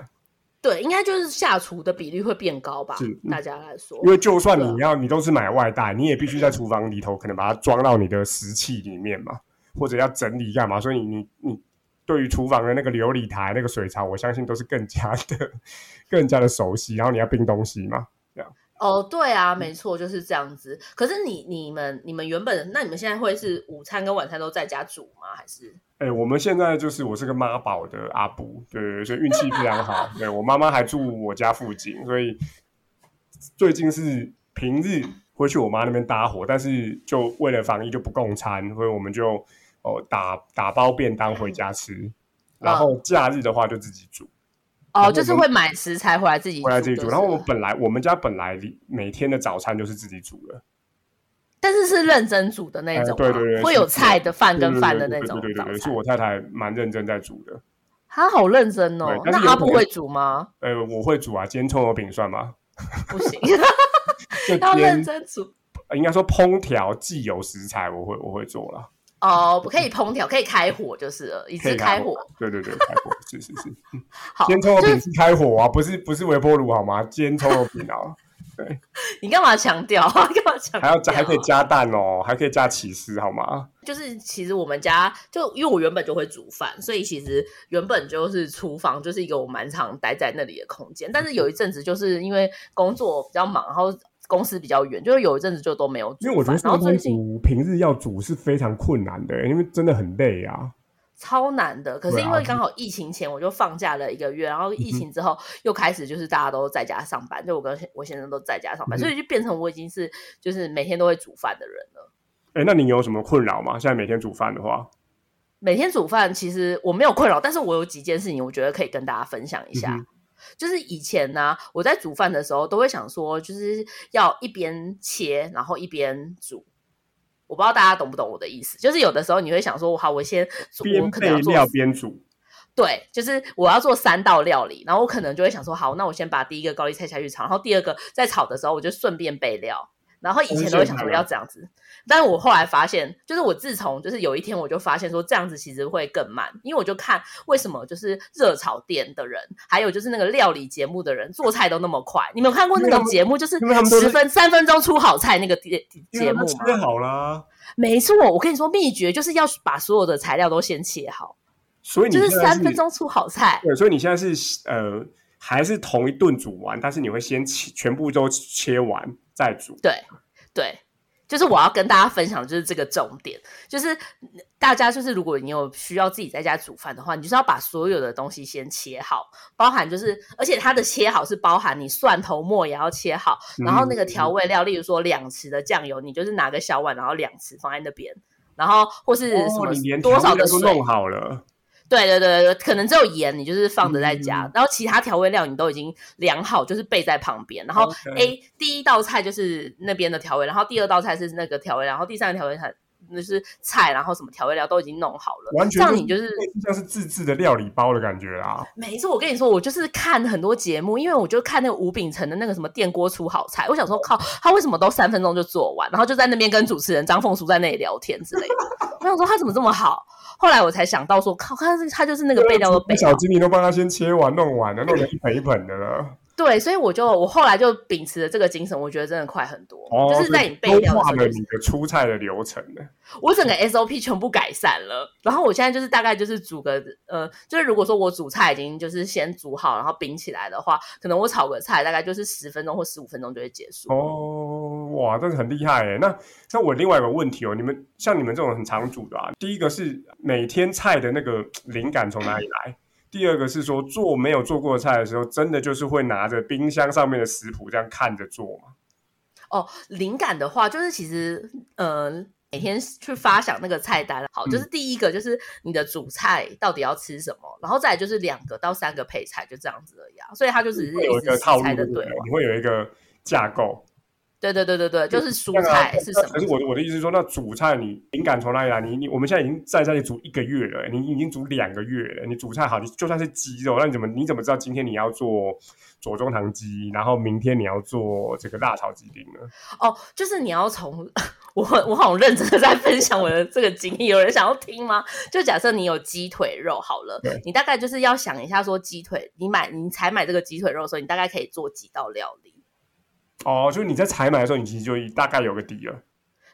对，应该就是下厨的比率会变高吧是？大家来说，因为就算你对要你都是买外带，你也必须在厨房里头可能把它装到你的食器里面嘛，或者要整理干嘛，所以你你对于厨房的那个琉璃台、那个水槽，我相信都是更加的 更加的熟悉。然后你要冰东西嘛，哦，对啊，没错，就是这样子。可是你你们你们原本那你们现在会是午餐跟晚餐都在家煮吗？还是哎、我们现在就是我是个妈宝的阿布，对对对，所以运气非常好。对我妈妈还住我家附近，所以最近是平日会去我妈那边搭伙，但是就为了防疫就不供餐，所以我们就哦打打包便当回家吃，嗯啊然后假日的话就自己煮，然后哦，我就是们会买食材回来自己煮回来自己就煮。是然后我了本来我们家本来每天的早餐就是自己煮的，但是是认真煮的那哎种吗、啊对对对会是有是菜的饭对跟对饭的对那对种对对早对，是餐。我太太蛮认真在煮的。他好认真哦对。但是那有阿可布能会煮吗？呃，我会煮啊，煎葱油饼算 吗？不行，就要煎认真煮呃应该说烹调既有食材，我会我会做了，哦。不可以烹调，可以开火就是了，一可次以开火。。对对对，开火是是是，好，煎葱油就饼是是开火啊，不是不是微波炉好吗？煎葱油饼啊，你干嘛强调？ 干嘛强调？还 要加还可以，加蛋哦，还可以加起司好吗？就是其实我们家就因为我原本就会煮饭，所以其实原本就是厨房就是一个我蛮常待在那里的空间。但是有一阵子就是因为工作比较忙，然后公司比较远，就是有一阵子就都没有煮饭。因为我觉得这然个后东最西近煮平日要煮是非常困难的，欸因为真的很累啊。超难的。可是对啊嗯因为刚好疫情前我就放假了一个月，然后疫情之后又开始就是大家都在家上班，就我跟我先生都在家上嗯班，哼所以就变成我已经是就是每天都会煮饭的人了。哎，那你有什么困扰吗？现在每天煮饭的话，每天煮饭其实我没有困扰，但是我有几件事情我觉得可以跟大家分享一下。嗯就是以前呢、我在煮饭的时候都会想说，就是要一边切，然后一边煮。我不知道大家懂不懂我的意思，就是有的时候你会想说，好，我先煮，我边可能要备做料边煮，对，就是我要做三道料理，然后我可能就会想说，好，那我先把第一个高丽菜下去炒，然后第二个在炒的时候我就顺便备料。然后以前都会想说要这样子，但是我后来发现，就是我自从就是有一天我就发现说这样子其实会更慢，因为我就看为什么就是热炒店的人，还有就是那个料理节目的人做菜都那么快。你们有看过那因为他个们节目，就是因为他们都是十分三分钟出好菜那个节节目因为吗它？切好啦。没错，我跟你说秘诀就是要把所有的材料都先切好，所以你就是现在三分钟出好菜。对，所以你现在是呃还是同一顿煮完，但是你会先切全部都切完再煮。对对，就是我要跟大家分享，就是这个重点，就是大家就是如果你有需要自己在家煮饭的话，你就是要把所有的东西先切好，包含就是，而且它的切好是包含你蒜头末也要切好，然后那个嗯调味料，例如说两匙的酱油，你就是拿个小碗，然后两匙放在那边。然后或是什哦，你连么多少调的水，味料都弄好了，对对对对，可能只有盐，你就是放着在家，嗯然后其他调味料你都已经量好，就是备在旁边。然后 OK A 第一道菜就是那边的调味，然后第二道菜是那个调味料，然后第三个调味菜那就是菜，然后什么调味料都已经弄好了。完全这样你就是类似像是自制的料理包的感觉啦。每一次我跟你说，我就是看很多节目，因为我就看那个吴秉承的那个什么电锅出好菜，我想说靠，他为什么都三分钟就做完，然后就在那边跟主持人张凤书在那里聊天之类的。 我想说他怎么这么好，后来我才想到说靠，他是他就是那个备料都备好啊小。精灵都帮他先切完弄完了，弄成一盆一盆的了。对，所以我就我后来就秉持着这个精神，我觉得真的快很多，哦，就是在你备料优的时化候、了就你是，的出菜的流程了。我整个 SOP 全部改善了。然后我现在就是大概就是煮个呃，就是如果说我煮菜已经就是先煮好，然后冰起来的话，可能我炒个菜大概就是十分钟或十五分钟就会结束。哦，哇，这个很厉害哎。那那我另外有个问题哦，你们像你们这种很常煮的啊，第一个是每天菜的那个灵感从哪里来？第二个是说做没有做过的菜的时候，真的就是会拿着冰箱上面的食谱这样看着做嘛？哦，灵感的话，就是其实呃，每天去发想那个菜单，好，嗯就是第一个就是你的主菜到底要吃什么，然后再来就是两个到三个配菜，就这样子而已啊。所以它就只是会有一一个直套食路材的对不对对，你会有一个架构。对对对对对，就是蔬啊那菜是什可是么？我的我的意思是说，那煮菜你灵感从哪里来？你你我们现在已经在这里煮一个月了，你已经煮两个月了。你煮菜好，你就算是鸡肉，那你怎么你怎么知道今天你要做左宗棠鸡，然后明天你要做这个辣炒鸡丁呢？哦，就是你要从我我好认真的在分享我的这个经历，有人想要听吗？就假设你有鸡腿肉好了对，你大概就是要想一下说鸡腿，你买你才买这个鸡腿肉的时候，你大概可以做几道料理。哦，就是你在采买的时候，你其实就大概有个底了。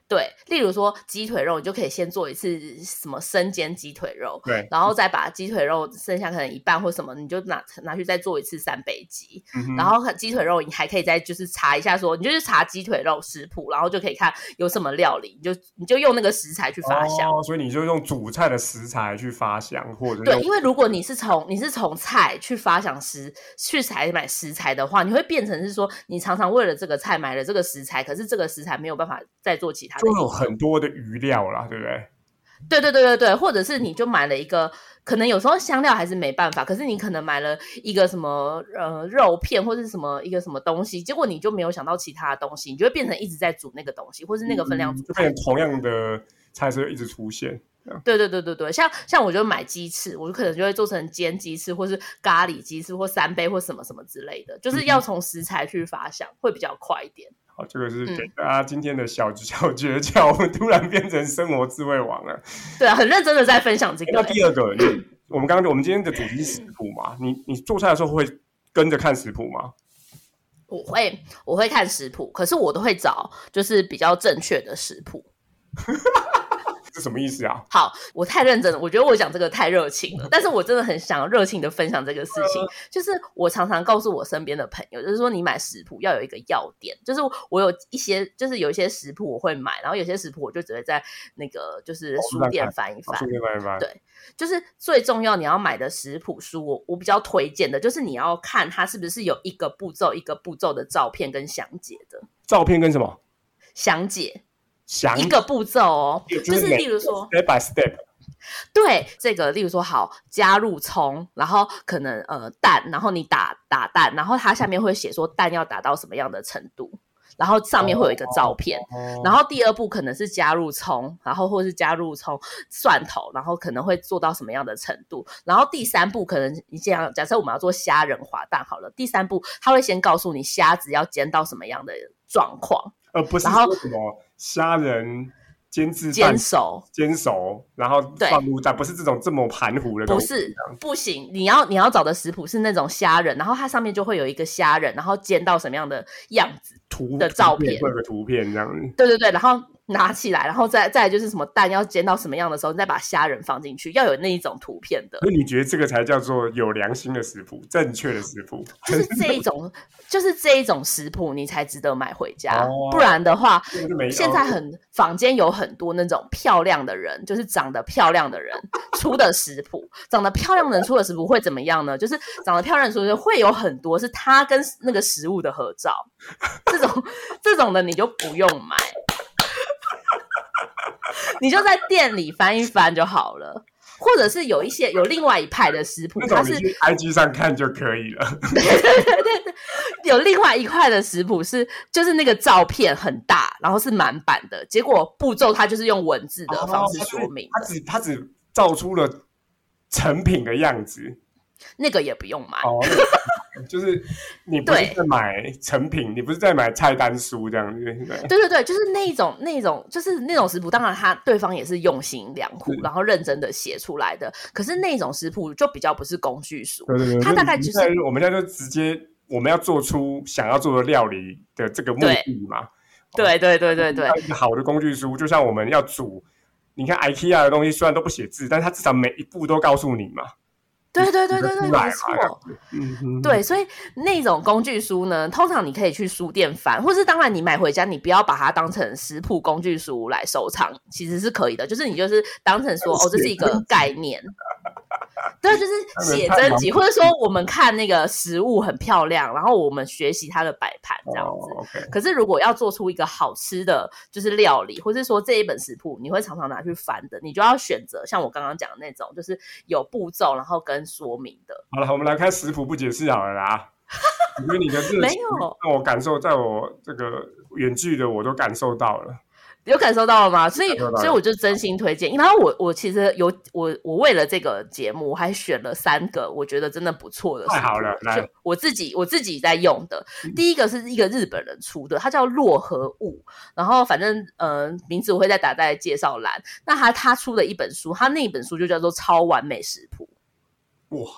对，例如说鸡腿肉，你就可以先做一次什么生煎鸡腿肉，对，然后再把鸡腿肉剩下可能一半或什么，你就拿拿去再做一次三杯鸡，嗯哼然后可鸡腿肉你还可以再就是查一下说，你就是查鸡腿肉食谱，然后就可以看有什么料理，你就你就用那个食材去发想。哦，所以你就用煮菜的食材去发想，或者对，用因为如果你是从你是从菜去发想食去采买食材的话，你会变成是说，你常常为了这个菜买了这个食材，可是这个食材没有办法再做其他的就应有用。很多的余料啦，对不对？对对对对对，或者是你就买了一个，可能有时候香料还是没办法，可是你可能买了一个什么呃肉片或是什么一个什么东西，结果你就没有想到其他的东西，你就会变成一直在煮那个东西，或是那个分嗯量煮就太变成同样的菜色一直出现。对对对对对，像像我就买鸡翅，我就可能就会做成煎鸡翅，或是咖喱鸡翅，或三杯或什么什么之类的，就是嗯要从食材去发想，会比较快一点。好，这个是嗯给大家今天的小 小诀窍。我们突然变成生活智慧王了。对啊，很认真的在分享这个、哎那第二个，你我们刚刚我们今天的主题是食谱嘛？你你做菜的时候会跟着看食谱吗？我会我会看食谱，可是我都会找就是比较正确的食谱。这什么意思啊？好，我太认真了，我觉得我讲这个太热嗯情了， 但是我真的很想热情的分享这个事情。就是我常常告诉我身边的朋友，就是说你买食谱要有一个要点，就是我有一些，就是有一些食谱我会买，然后有些食谱我就只会在那个就是书书上店看翻一好翻顺。便拜拜。对就是最重要，你要买的食谱书，我我比较推荐的就是你要看它是不是有一个步骤一个步骤的照片跟详解的照片跟什么？详解，详一个步骤哦，就就是是每例如说。 step by step。对这个，例如说好加入葱，然后可能呃蛋，然后你打打蛋，然后它下面会写说蛋要打到什么样的程度，然后上面会有一个照片。哦然后第二步可能是加入葱，然后或是加入葱蒜头，然后可能会做到什么样的程度。然后第三步可能你这样，假设我们要做虾仁滑蛋好了，第三步它会先告诉你虾子要煎到什么样的状况，呃，不是然后说什么虾仁煎制蛋煎熟，煎熟，然后对放入蛋，不是这种这么含糊的东不西。是，不行，你要你要找的食谱是那种虾仁，然后它上面就会有一个虾仁，然后煎到什么样的样子。图的照图片片会有个图片这样子。对对对，然后拿起来，然后再再来就是什么蛋要煎到什么样的时候，你再把虾仁放进去，要有那一种图片的。所以你觉得这个才叫做有良心的食谱，正确的食 谱？就是这一种，就是这一种食谱，你才值得买回家。哦不然的话，这个就没现 在很坊间有很多那种漂亮的人，就是长得漂亮的人出的食谱，长得漂亮的人出的食谱会怎么样呢？就是长得漂亮的人出的会有很多是他跟那个食物的合照，这种这种的你就不用买，你就在店里翻一翻就好了。或者是有一些有另外一派的食谱，那它种是你去 IG 上看就可以了。有另外一块的食谱是，就是那个照片很大，然后是满版的，结果步骤它就是用文字哦的方式说明他的，只他只照出了成品的样子。那个也不用买。哦， 就是你不对是在买成品，你不是在买菜单书这样子。对对对对，就是那一种那一种，就是那种食谱，当然他对方也是用心良苦，是然后认真的写出来的。可是那种食谱就比较不是工具书，对对，它大概就是是我们现在就直接我们要做出想要做的料理的这个目的嘛。对哦对对对对要一个好的工具书，就像我们要煮，你看 IKEA 的东西虽然都不写字，但它至少每一步都告诉你嘛。对对对对对，出来没嘛错。嗯哼，对，所以那种工具书呢，通常你可以去书店翻，或是当然你买回家，你不要把它当成食谱工具书来收藏，其实是可以的。就是你就是当成说，哦，这是一个概念。 对，就是写真集，或者说我们看那个食物很漂亮，然后我们学习它的摆盘这样子。哦，OK，可是如果要做出一个好吃的，就是料理，或是说这一本食谱，你会常常拿去翻的，你就要选择像我刚刚讲的那种，就是有步骤，然后跟说明的。好了，我们来看食谱不解释好了 啦。因为你的热情没有让我感受，在我这个远距的我都感受到了。有感受到了吗？所以，感受到了所以我就真心推荐。然后我我其实有我我为了这个节目，我还选了三个我觉得真的不错的食谱，太好了来嗯就我自己我自己在用的。第一个是一个日本人出的，它叫洛河雾，然后反正呃名字我会再打在介绍栏。那他他出的一本书，他那一本书就叫做《超完美食谱》。哇，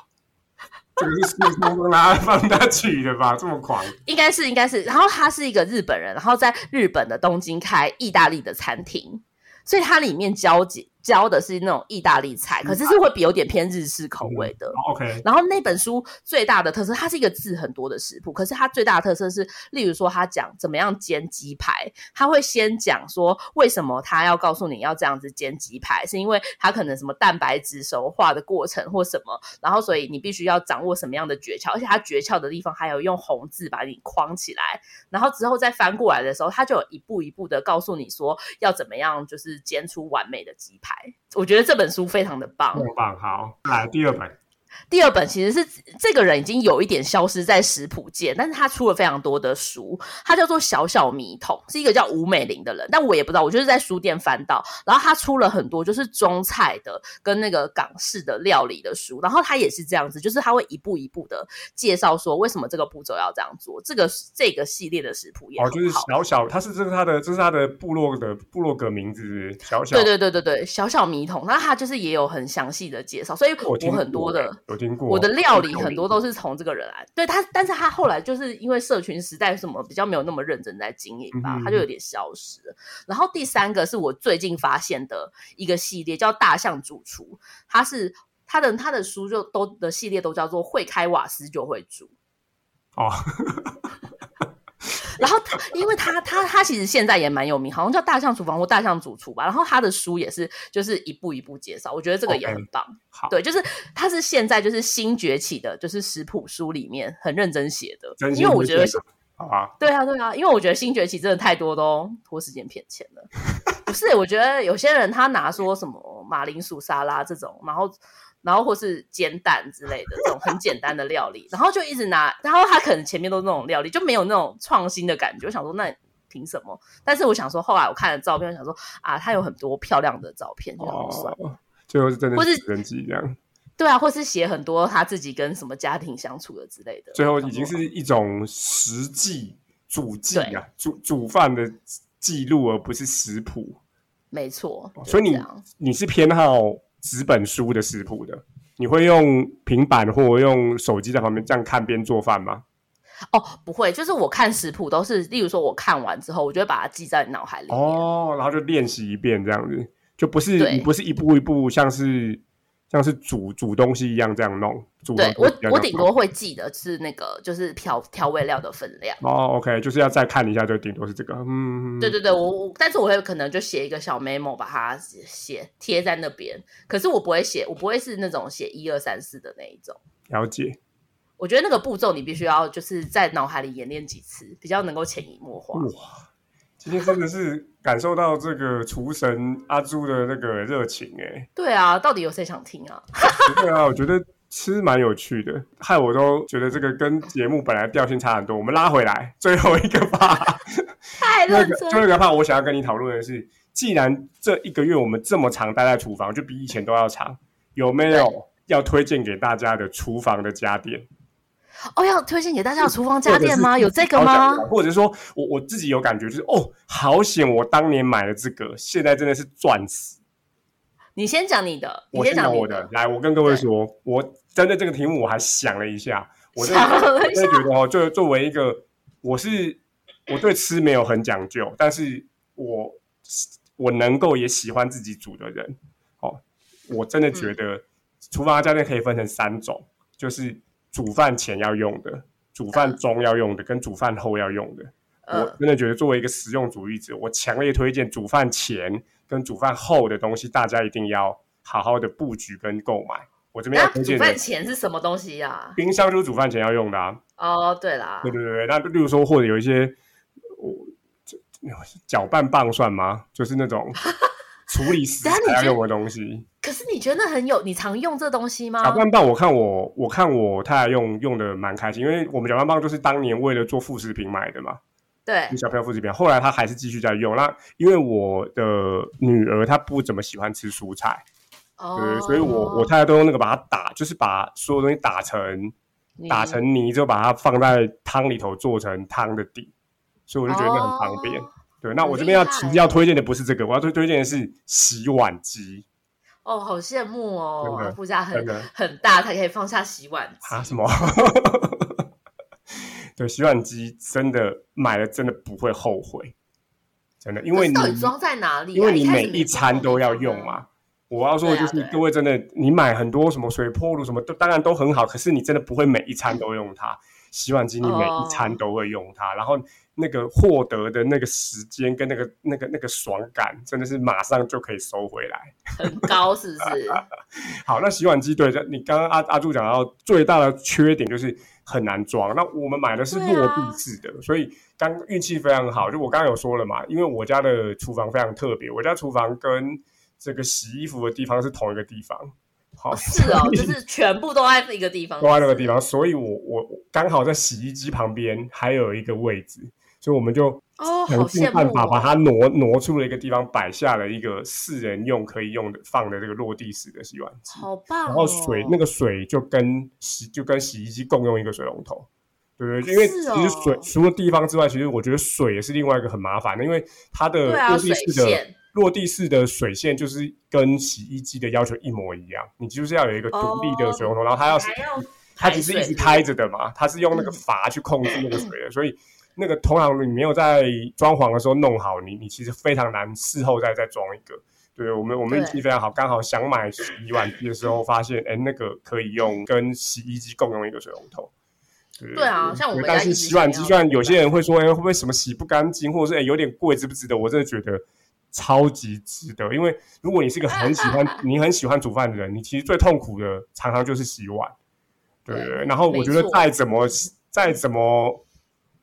这个是四通帮他帮他取的吧？这 么狂，应该是，应该是。然后他是一个日本人，然后在日本的东京开意大利的餐厅，所以它里面教解教的是那种意大利菜，可是是会比有点偏日式口味的。好 OK，然后那本书最大的特色，它是一个字很多的食谱，可是它最大的特色是，例如说他讲怎么样煎鸡排，他会先讲说为什么他要告诉你要这样子煎鸡排，是因为它可能什么蛋白质熟化的过程或什么，然后所以你必须要掌握什么样的诀窍，而且它诀窍的地方还有用红字把你框起来，然后之后再翻过来的时候，它就有一步一步的告诉你说要怎么样就是煎出完美的鸡排。我觉得这本书非常的棒，棒棒，好，来第二本，第二本其实是这个人已经有一点消失在食谱界，但是他出了非常多的书，他叫做小小米桶，是一个叫吴美玲的人，但我也不知道，我就是在书店翻到，然后他出了很多就是中菜的跟那个港式的料理的书，然后他也是这样子，就是他会一步一步的介绍说为什么这个步骤要这样做，这个这个系列的食谱也很哦，好。就是小小，他是这是他的，这是他的部落的部落格名字，小小，对对对对对，小小米桶，那他就是也有很详细的介绍，所以我听过欸很多的有听过我的料理很多都是从这个人来，对他，但是他后来就是因为社群时代什么比较没有那么认真在经营嗯，吧哼他就有点消失了。然后第三个是我最近发现的一个系列，叫《大象主厨》，他是他的他的书就都的系列都叫做会开瓦斯就会煮。哦，然后他，因为他他他其实现在也蛮有名，好像叫《大象厨房》或《大象主厨》吧。然后他的书也是就是一步一步介绍，我觉得这个也 OK，很棒。好对，就是他是现在就是新崛起的，就是食谱书里面很认真写的真，心因为我觉得推荐的好吧，对啊对啊，因为我觉得新崛起真的太多都拖时间骗钱了。 不是，我觉得有些人他拿说什么马铃薯沙拉这种，然后。然后或是煎蛋之类的这种很简单的料理，然后就一直拿，然后他可能前面都是那种料理，就没有那种创新的感觉。我想说，那凭什么？但是我想说，后来我看了照片，我想说啊，他有很多漂亮的照片，就想说算了哦，最后是真的或是是人机这样，对啊，或是写很多他自己跟什么家庭相处的之类的。最后已经是一种实际煮记对啊，煮煮饭的记录，而不是食谱。没错，就是哦所以这你样你是偏好纸本书的食谱的，你会用平板或用手机在旁边这样看边做饭吗？哦，不会，就是我看食谱都是，例如说我看完之后，我就会把它记在脑海里面。哦，然后就练习一遍这样子，就不是对你不是一步一步像是像是煮煮东西一样这样弄，煮对东我西一样这样弄我顶多会记得是那个就是调调味料的分量。哦，OK，就是要再看一下，就顶多是这个，嗯，对对对，我我，但是我会可能就写一个小 memo 把它写写贴在那边，可是我不会写，我不会是那种写一二三四的那一种。了解。我觉得那个步骤你必须要就是在脑海里演练几次，比较能够潜移默化。哇，今天真的是感受到这个厨神阿朱的那个热情哎、对啊，到底有谁想听啊？对啊，我觉得吃蛮有趣的，害我都觉得这个跟节目本来调性差很多。我们拉回来最后一个 吧，太那认个真最后一个怕我想要跟你讨论的是，既然这一个月我们这么长待在厨房，就比以前都要长，有没有要推荐给大家的厨房的家电？哦，要推荐给大家有厨房家或者电是吗？有这个吗？或者说我我自己有感觉，就是哦，好险我当年买了这个，现在真的是赚死。你先讲你的，你我先讲讲你我的，来，我跟各位对说，我针对这个题目我还想了一 下， 我真的想了一我真的觉得哦，就作为一个我是我对吃没有很讲究，但是我我能够也喜欢自己煮的人，哦，我真的觉得厨房家电可以分成三种，就是煮饭前要用的、煮饭中要用的跟煮饭后要用的。嗯、我真的觉得作为一个实用主义者，我强烈推荐煮饭前跟煮饭后的东西，大家一定要好好的布局跟购买。我这边那要推啊煮荐的饭前是什么东西呀、冰箱就是煮饭前要用的啊，哦，对啦对，对对。对那例如说或者有一些我这搅拌棒算吗？就是那种处理 食等一下材你要觉用的东西。可是你觉得很有，你常用这东西吗搅？拌棒，我看我我看我太太用用的蛮开心，因为我们搅拌棒就是当年为了做副食品买的嘛。对小朋友副食品，后来他还是继续在用。那因为我的女儿她不怎么喜欢吃蔬菜，哦对，所以我我太太都用那个把它打，就是把所有东西打成打你成泥，之后把它放在汤里头做成汤的底，所以我就觉得那很方便。哦对，那很我这边要厉害提要推荐的不是这个，我要推推荐的是洗碗机，哦，好羡慕哦，真的阿布家很真的很大，才可以放下洗碗机。啊什么？ 对，洗碗机真的买了真的不会后悔，真的，因为可是你到底装在哪里啊、因为你开每始一没餐都要用嘛。我要说的就是对啊对，各位真的，你买很多什么水波炉什么都，当然都很好，可是你真的不会每一餐都用它。洗碗机你每一哦餐都会用它，然后那个获得的那个时间跟那个那个那个爽感，真的是马上就可以收回来。很高，是不 是？好，那洗碗机对，你刚刚阿阿柱讲到最大的缺点就是很难装。那我们买的是对啊落地式的，所以刚运气非常好。就我刚刚有说了嘛，因为我家的厨房非常特别，我家厨房跟这个洗衣服的地方是同一个地方，好，是哦，就是全部都在一个地 方，都在那个地方。方，所以我我我刚好在洗衣机旁边还有一个位置，所以我们就哦，好想尽羡办慕、法把哦。它挪挪出了一个地方，摆下了一个四人用可以用的放的这个落地式的洗碗机。好棒、哦！然后水那个水就跟洗就跟洗衣机共用一个水龙头，对不对？因为是其实水、哦除了地方之外，其实我觉得水也是另外一个很麻烦的，因为它的对啊落地式水的、线落地式的水线就是跟洗衣机的要求一模一样，你就是要有一个独立的水龙头，然后它要是哦还要它其实一直开着的嘛，它是用嗯那个阀去控制那个水的，所以那个通常你没有在装潢的时候弄好，你你其实非常难事后再再装一个。对我们我们对运气非常好，刚好想买洗碗机的时候发现，哎，那个可以用跟洗衣机共用一个水龙头。对啊像我们家但一是直洗碗机想要虽然有些人会说，哎，会不会什么洗不干净，或者是哎有点贵，值不值得？我真的觉得超级值得，因为如果你是一个很喜 欢你很喜欢煮饭的人，你其实最痛苦的常常就是洗碗，对不对？然后我觉得没错再怎么再怎么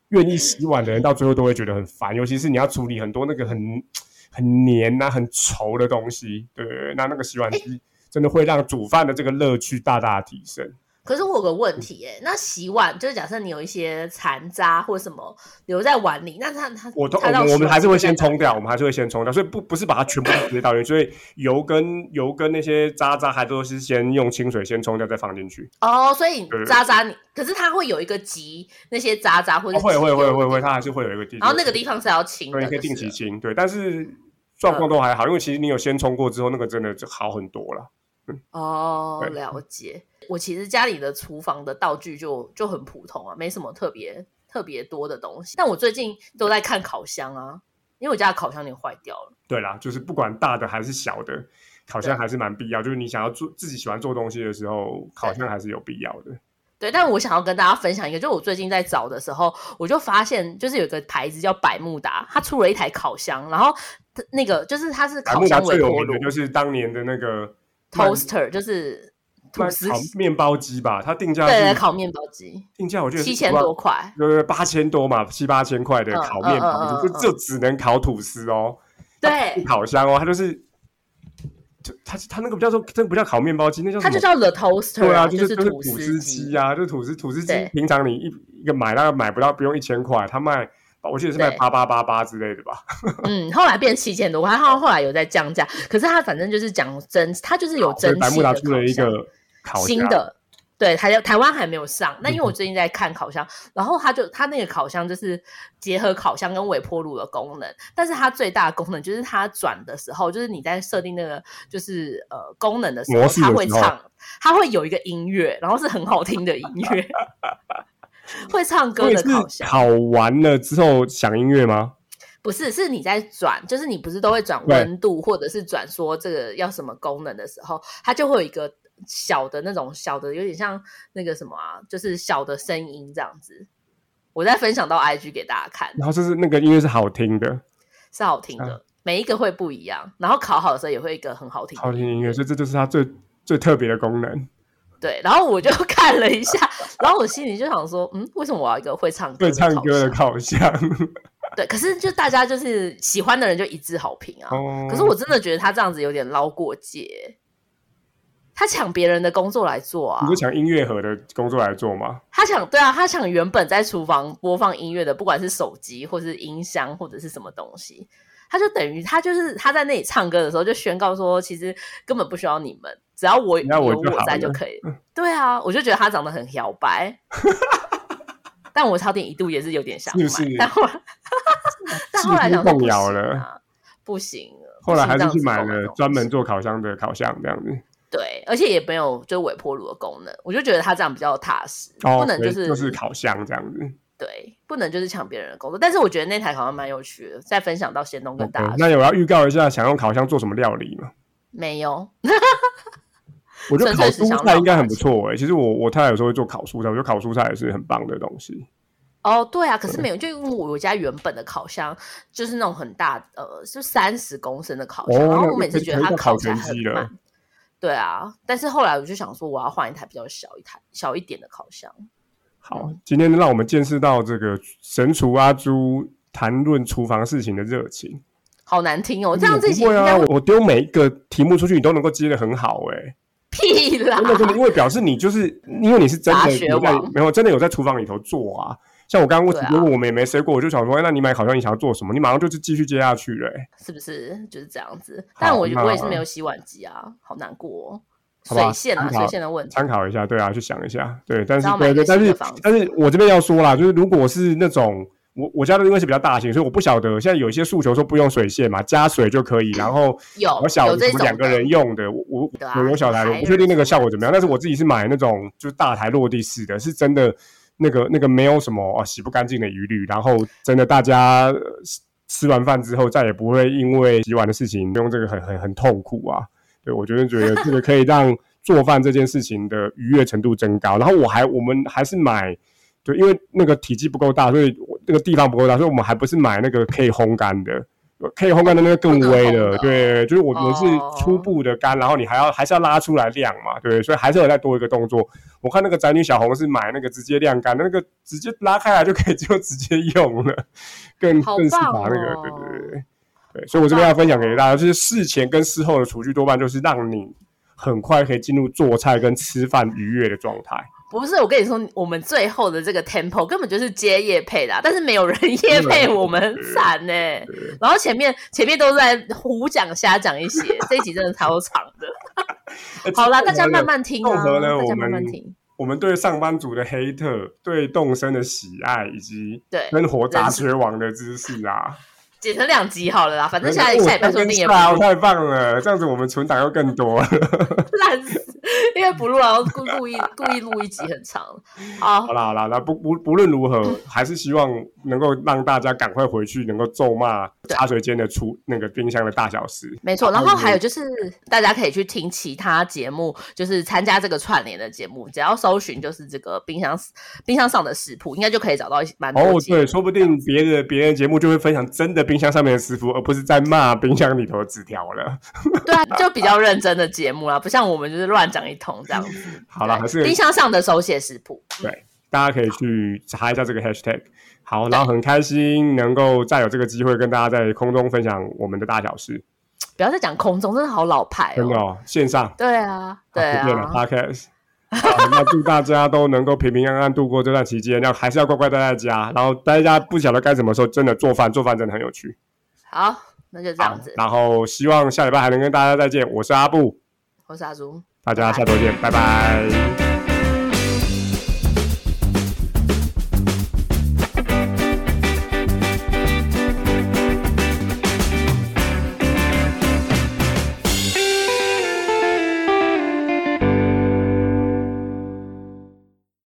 愿意洗碗的人，到最后都会觉得很烦，尤其是你要处理很多那个很很黏啊、很稠的东西，对不对？那那个洗哎碗机真的会让煮饭的这个乐趣大大提升。可是我有个问嗯题、耶，那洗碗就是假设你有一些残渣或什么留在碗里，那它它我都它到我们洗碗我们还是会机在先哪冲掉，我们还是会先冲掉，所以不不是把它全部直接倒进去，所以油跟油跟那些渣渣还都是先用清水先冲掉，再放进去。哦，所以对渣渣你，可是它会有一个集那些渣渣或者、哦会会会会会，它还是会有一个地。然后那个地方是要清的，对，你可以就是啊定嗯期了清，对，但是状况都还好，因为其实你有先冲过之后，那个真的就好很多了。哦，对了解。我其实家里的厨房的道具就就很普通啊，没什么特别特别多的东西。但我最近都在看烤箱啊，因为我家的烤箱有点坏掉了。对啦，就是不管大的还是小的，烤箱还是蛮必要。就是你想要做自己喜欢做东西的时候，烤箱还是有必要的。对，但我想要跟大家分享一个，就我最近在找的时候，我就发现就是有一个牌子叫百慕达，它出了一台烤箱，然后它那个就是它是百烤慕达箱最微有波名炉的就是当年的那个慢 toaster，就是吐慢司烤面包机吧，它定价对对是烤面包机，定价我记得是七千多，块。呃八千多嘛，七八千块的嗯烤面嗯嗯包嗯机，嗯就就只能烤吐司哦，对，烤箱哦，它就是就它它那个不叫做，这不叫烤面包机，那叫它什就么？叫 the toaster，对啊，就是就是吐司机机啊，就是吐司吐司机对，平常你一一个买大概买不到，不用一千块，它卖。我记得是卖对八八八八之类的吧，嗯，后来变七千多块，它后来有在降价，可是它反正就是讲蒸，它就是有所蒸以百汽慕的达烤出了一箱个烤新箱，嗯的，对，台台湾还没有上。那因为我最近在看烤箱，然后它就它那个烤箱就是结合烤箱跟微波炉的功能，但是它最大的功能就是它转的时候，就是你在设定那个就是呃功能的时候，模式的它会时候唱，它会有一个音乐，然后是很好听的音乐， 会唱所歌以的是烤箱。烤完了之后响音乐吗？不是，是你在转，就是你不是都会转对温度，或者是转说这个要什么功能的时候，它就会有一个小的那种小的，有点像那个什么啊，就是小的声音这样子。我再分享到 IG 给大家看，然后就是那个音乐是好听的，是好听嗯的，每一个会不一样。然后烤好的时候也会有一个很好听的好听音乐，所以这就是它最最特别的功能。对，然后我就 看了一下，然后我心里就想说，嗯，为什么我要一个会唱歌会的唱烤歌的箱烤箱， 对，可是就大家就是喜欢的人就一致好评啊。哦可是我真的觉得他这样子有点捞过界，他抢别人的工作来做啊你就。抢音乐盒的工作来做嘛？他抢对啊，他抢原本在厨房播放音乐的，不管是手机或是音箱或者是什么东西，他就等于他就是他在那里唱歌的时候就宣告说，其实根本不需要你们，只要我只要我有就好我在就了可以 了。对啊，我就觉得他长得很摇摆。 但我差点一度也是有点想是买，不是但后 来但后来是想不动说不行摇了。啊，不行了。后来还是去不行这买样子搞那了种专门做烤箱的烤箱，这样子对，而且也没有就微波炉的功能，我就觉得它这样比较踏实，哦，不能所以是就是烤箱这样子。对，不能就是抢别人的工作。但是我觉得那台好像蛮有趣的，再分享到仙东跟大 OK，哦家说。那有要预告一下想用烤箱做什么料理吗？没有，我觉得纯烤粹是蔬想菜应让该大很不家错哎、其实我我太太有时候会做烤蔬菜，我觉得烤蔬菜也是很棒的东西。哦，对啊，可是没有，就因为我家原本的烤箱就是那种很大，呃，就三十公升的烤箱，哦然后那我每次可以觉得可以它叫烤起来全很鸡了慢。对啊，但是后来我就想说，我要换一台比较小一台、小一点的烤箱。好，嗯今天让我们见识到这个神厨阿朱谈论厨房事情的热情。好难听哦，这样子自己应会啊，该会我我丢每一个题目出去，你都能够接的很好哎、屁啦真。的真 的，因为表示你就是因为你是真杂的学有在王没有真的有在厨房里头做啊。像我刚刚问对啊如果我们也没水果，我就想说，哎那你买烤箱你想要做什么？你马上就是继续接下去了、欸，是不是就是这样子？但我那我也是没有洗碗机啊，好难过、哦。好吧水线啊，参考水线的问题。参考一下，对啊，去想一下，对。但是然后买对一对，个但新是的房子但是我这边要说啦，就是如果是那种我我家的因为是比较大型，所以我不晓得现在有一些诉求说不用水线嘛，加水就可以，然后有我小有的这我们种两个的人用的，我我对啊我有小台的，我不确定那个效果怎么样，但是我自己是买那种就是大台落地式的，是真的那个那个没有什么、哦、洗不干净的疑虑，然后真的大家呃吃完饭之后再也不会因为洗碗的事情用这个很很很痛苦啊。对，我觉得觉得这个可以让做饭这件事情的愉悦程度增高。然后我还我们还是买，对，因为那个体积不够大，所以我那个地方不够大，所以我们还不是买那个可以烘干的，可以烘干的那个更微不可烘了。的对，就是我们哦是初步的干，然后你还要还是要拉出来晾嘛，对，所以还是有再多一个动作。我看那个宅女小红是买那个直接晾干，那个直接拉开来就可以 就直接用了，更好更是棒把那个，对哦对对对。对，所以我这边要分享给大家，就是事前跟事后的厨具多半就是让你很快可以进入做菜跟吃饭愉悦的状态。不是，我跟你说，我们最后的这个 tempo 根本就是接叶配的啊、但是没 有人叶配我们，很惨呢、对然后前面前面都在胡讲瞎讲一些，这一集真的超长 的。哎好啦，大家慢。慢听啊，综合了大我家们慢慢听。我们对上班族的黑特、对动身的喜爱，以及对， 生活杂学网的知识啊，剪成两集好了啦，反正下哦下礼拜说不定也不哇录，太棒了，这样子我们存档又更多了。 烂死，因为不录，然后故故意故意录一集很长。好好，啦好啦，那不不不论如嗯何，还是希望能够让大家赶快回去，能够咒骂茶水间的出那个冰箱的大小事。没错，然然后后还有就是，大家可以去听其他节目，就是参加这个串联的节目，只要搜寻就是这个冰箱冰箱上的食谱，应该就可以找到一些蛮多哦，节目对，说不定别的别人节目就会分享真的冰箱上面的师傅，而不是在骂冰箱里头的纸条了。对啊，就比较认真的节目啦，不像我们就是乱讲一通这样子。好啦，对还是冰箱上的手写食谱，大家可以去查一下这个 hashtag。好，然后很开心能够再有这个机会跟大家在空中分享我们的大小事，不要再讲空中，真的好老牌真的哦。哦，线上对啊，对好不见了啊， podcast。好，那祝大家都能够平平安安度过这段期间，要还是要乖乖待在家，然后待在家不晓得该什么时候，真的做饭，做饭真的很有趣。好，那就这样子。然后希望下礼拜还能跟大家再见，我是阿布，我是阿朱。大家下周见，拜拜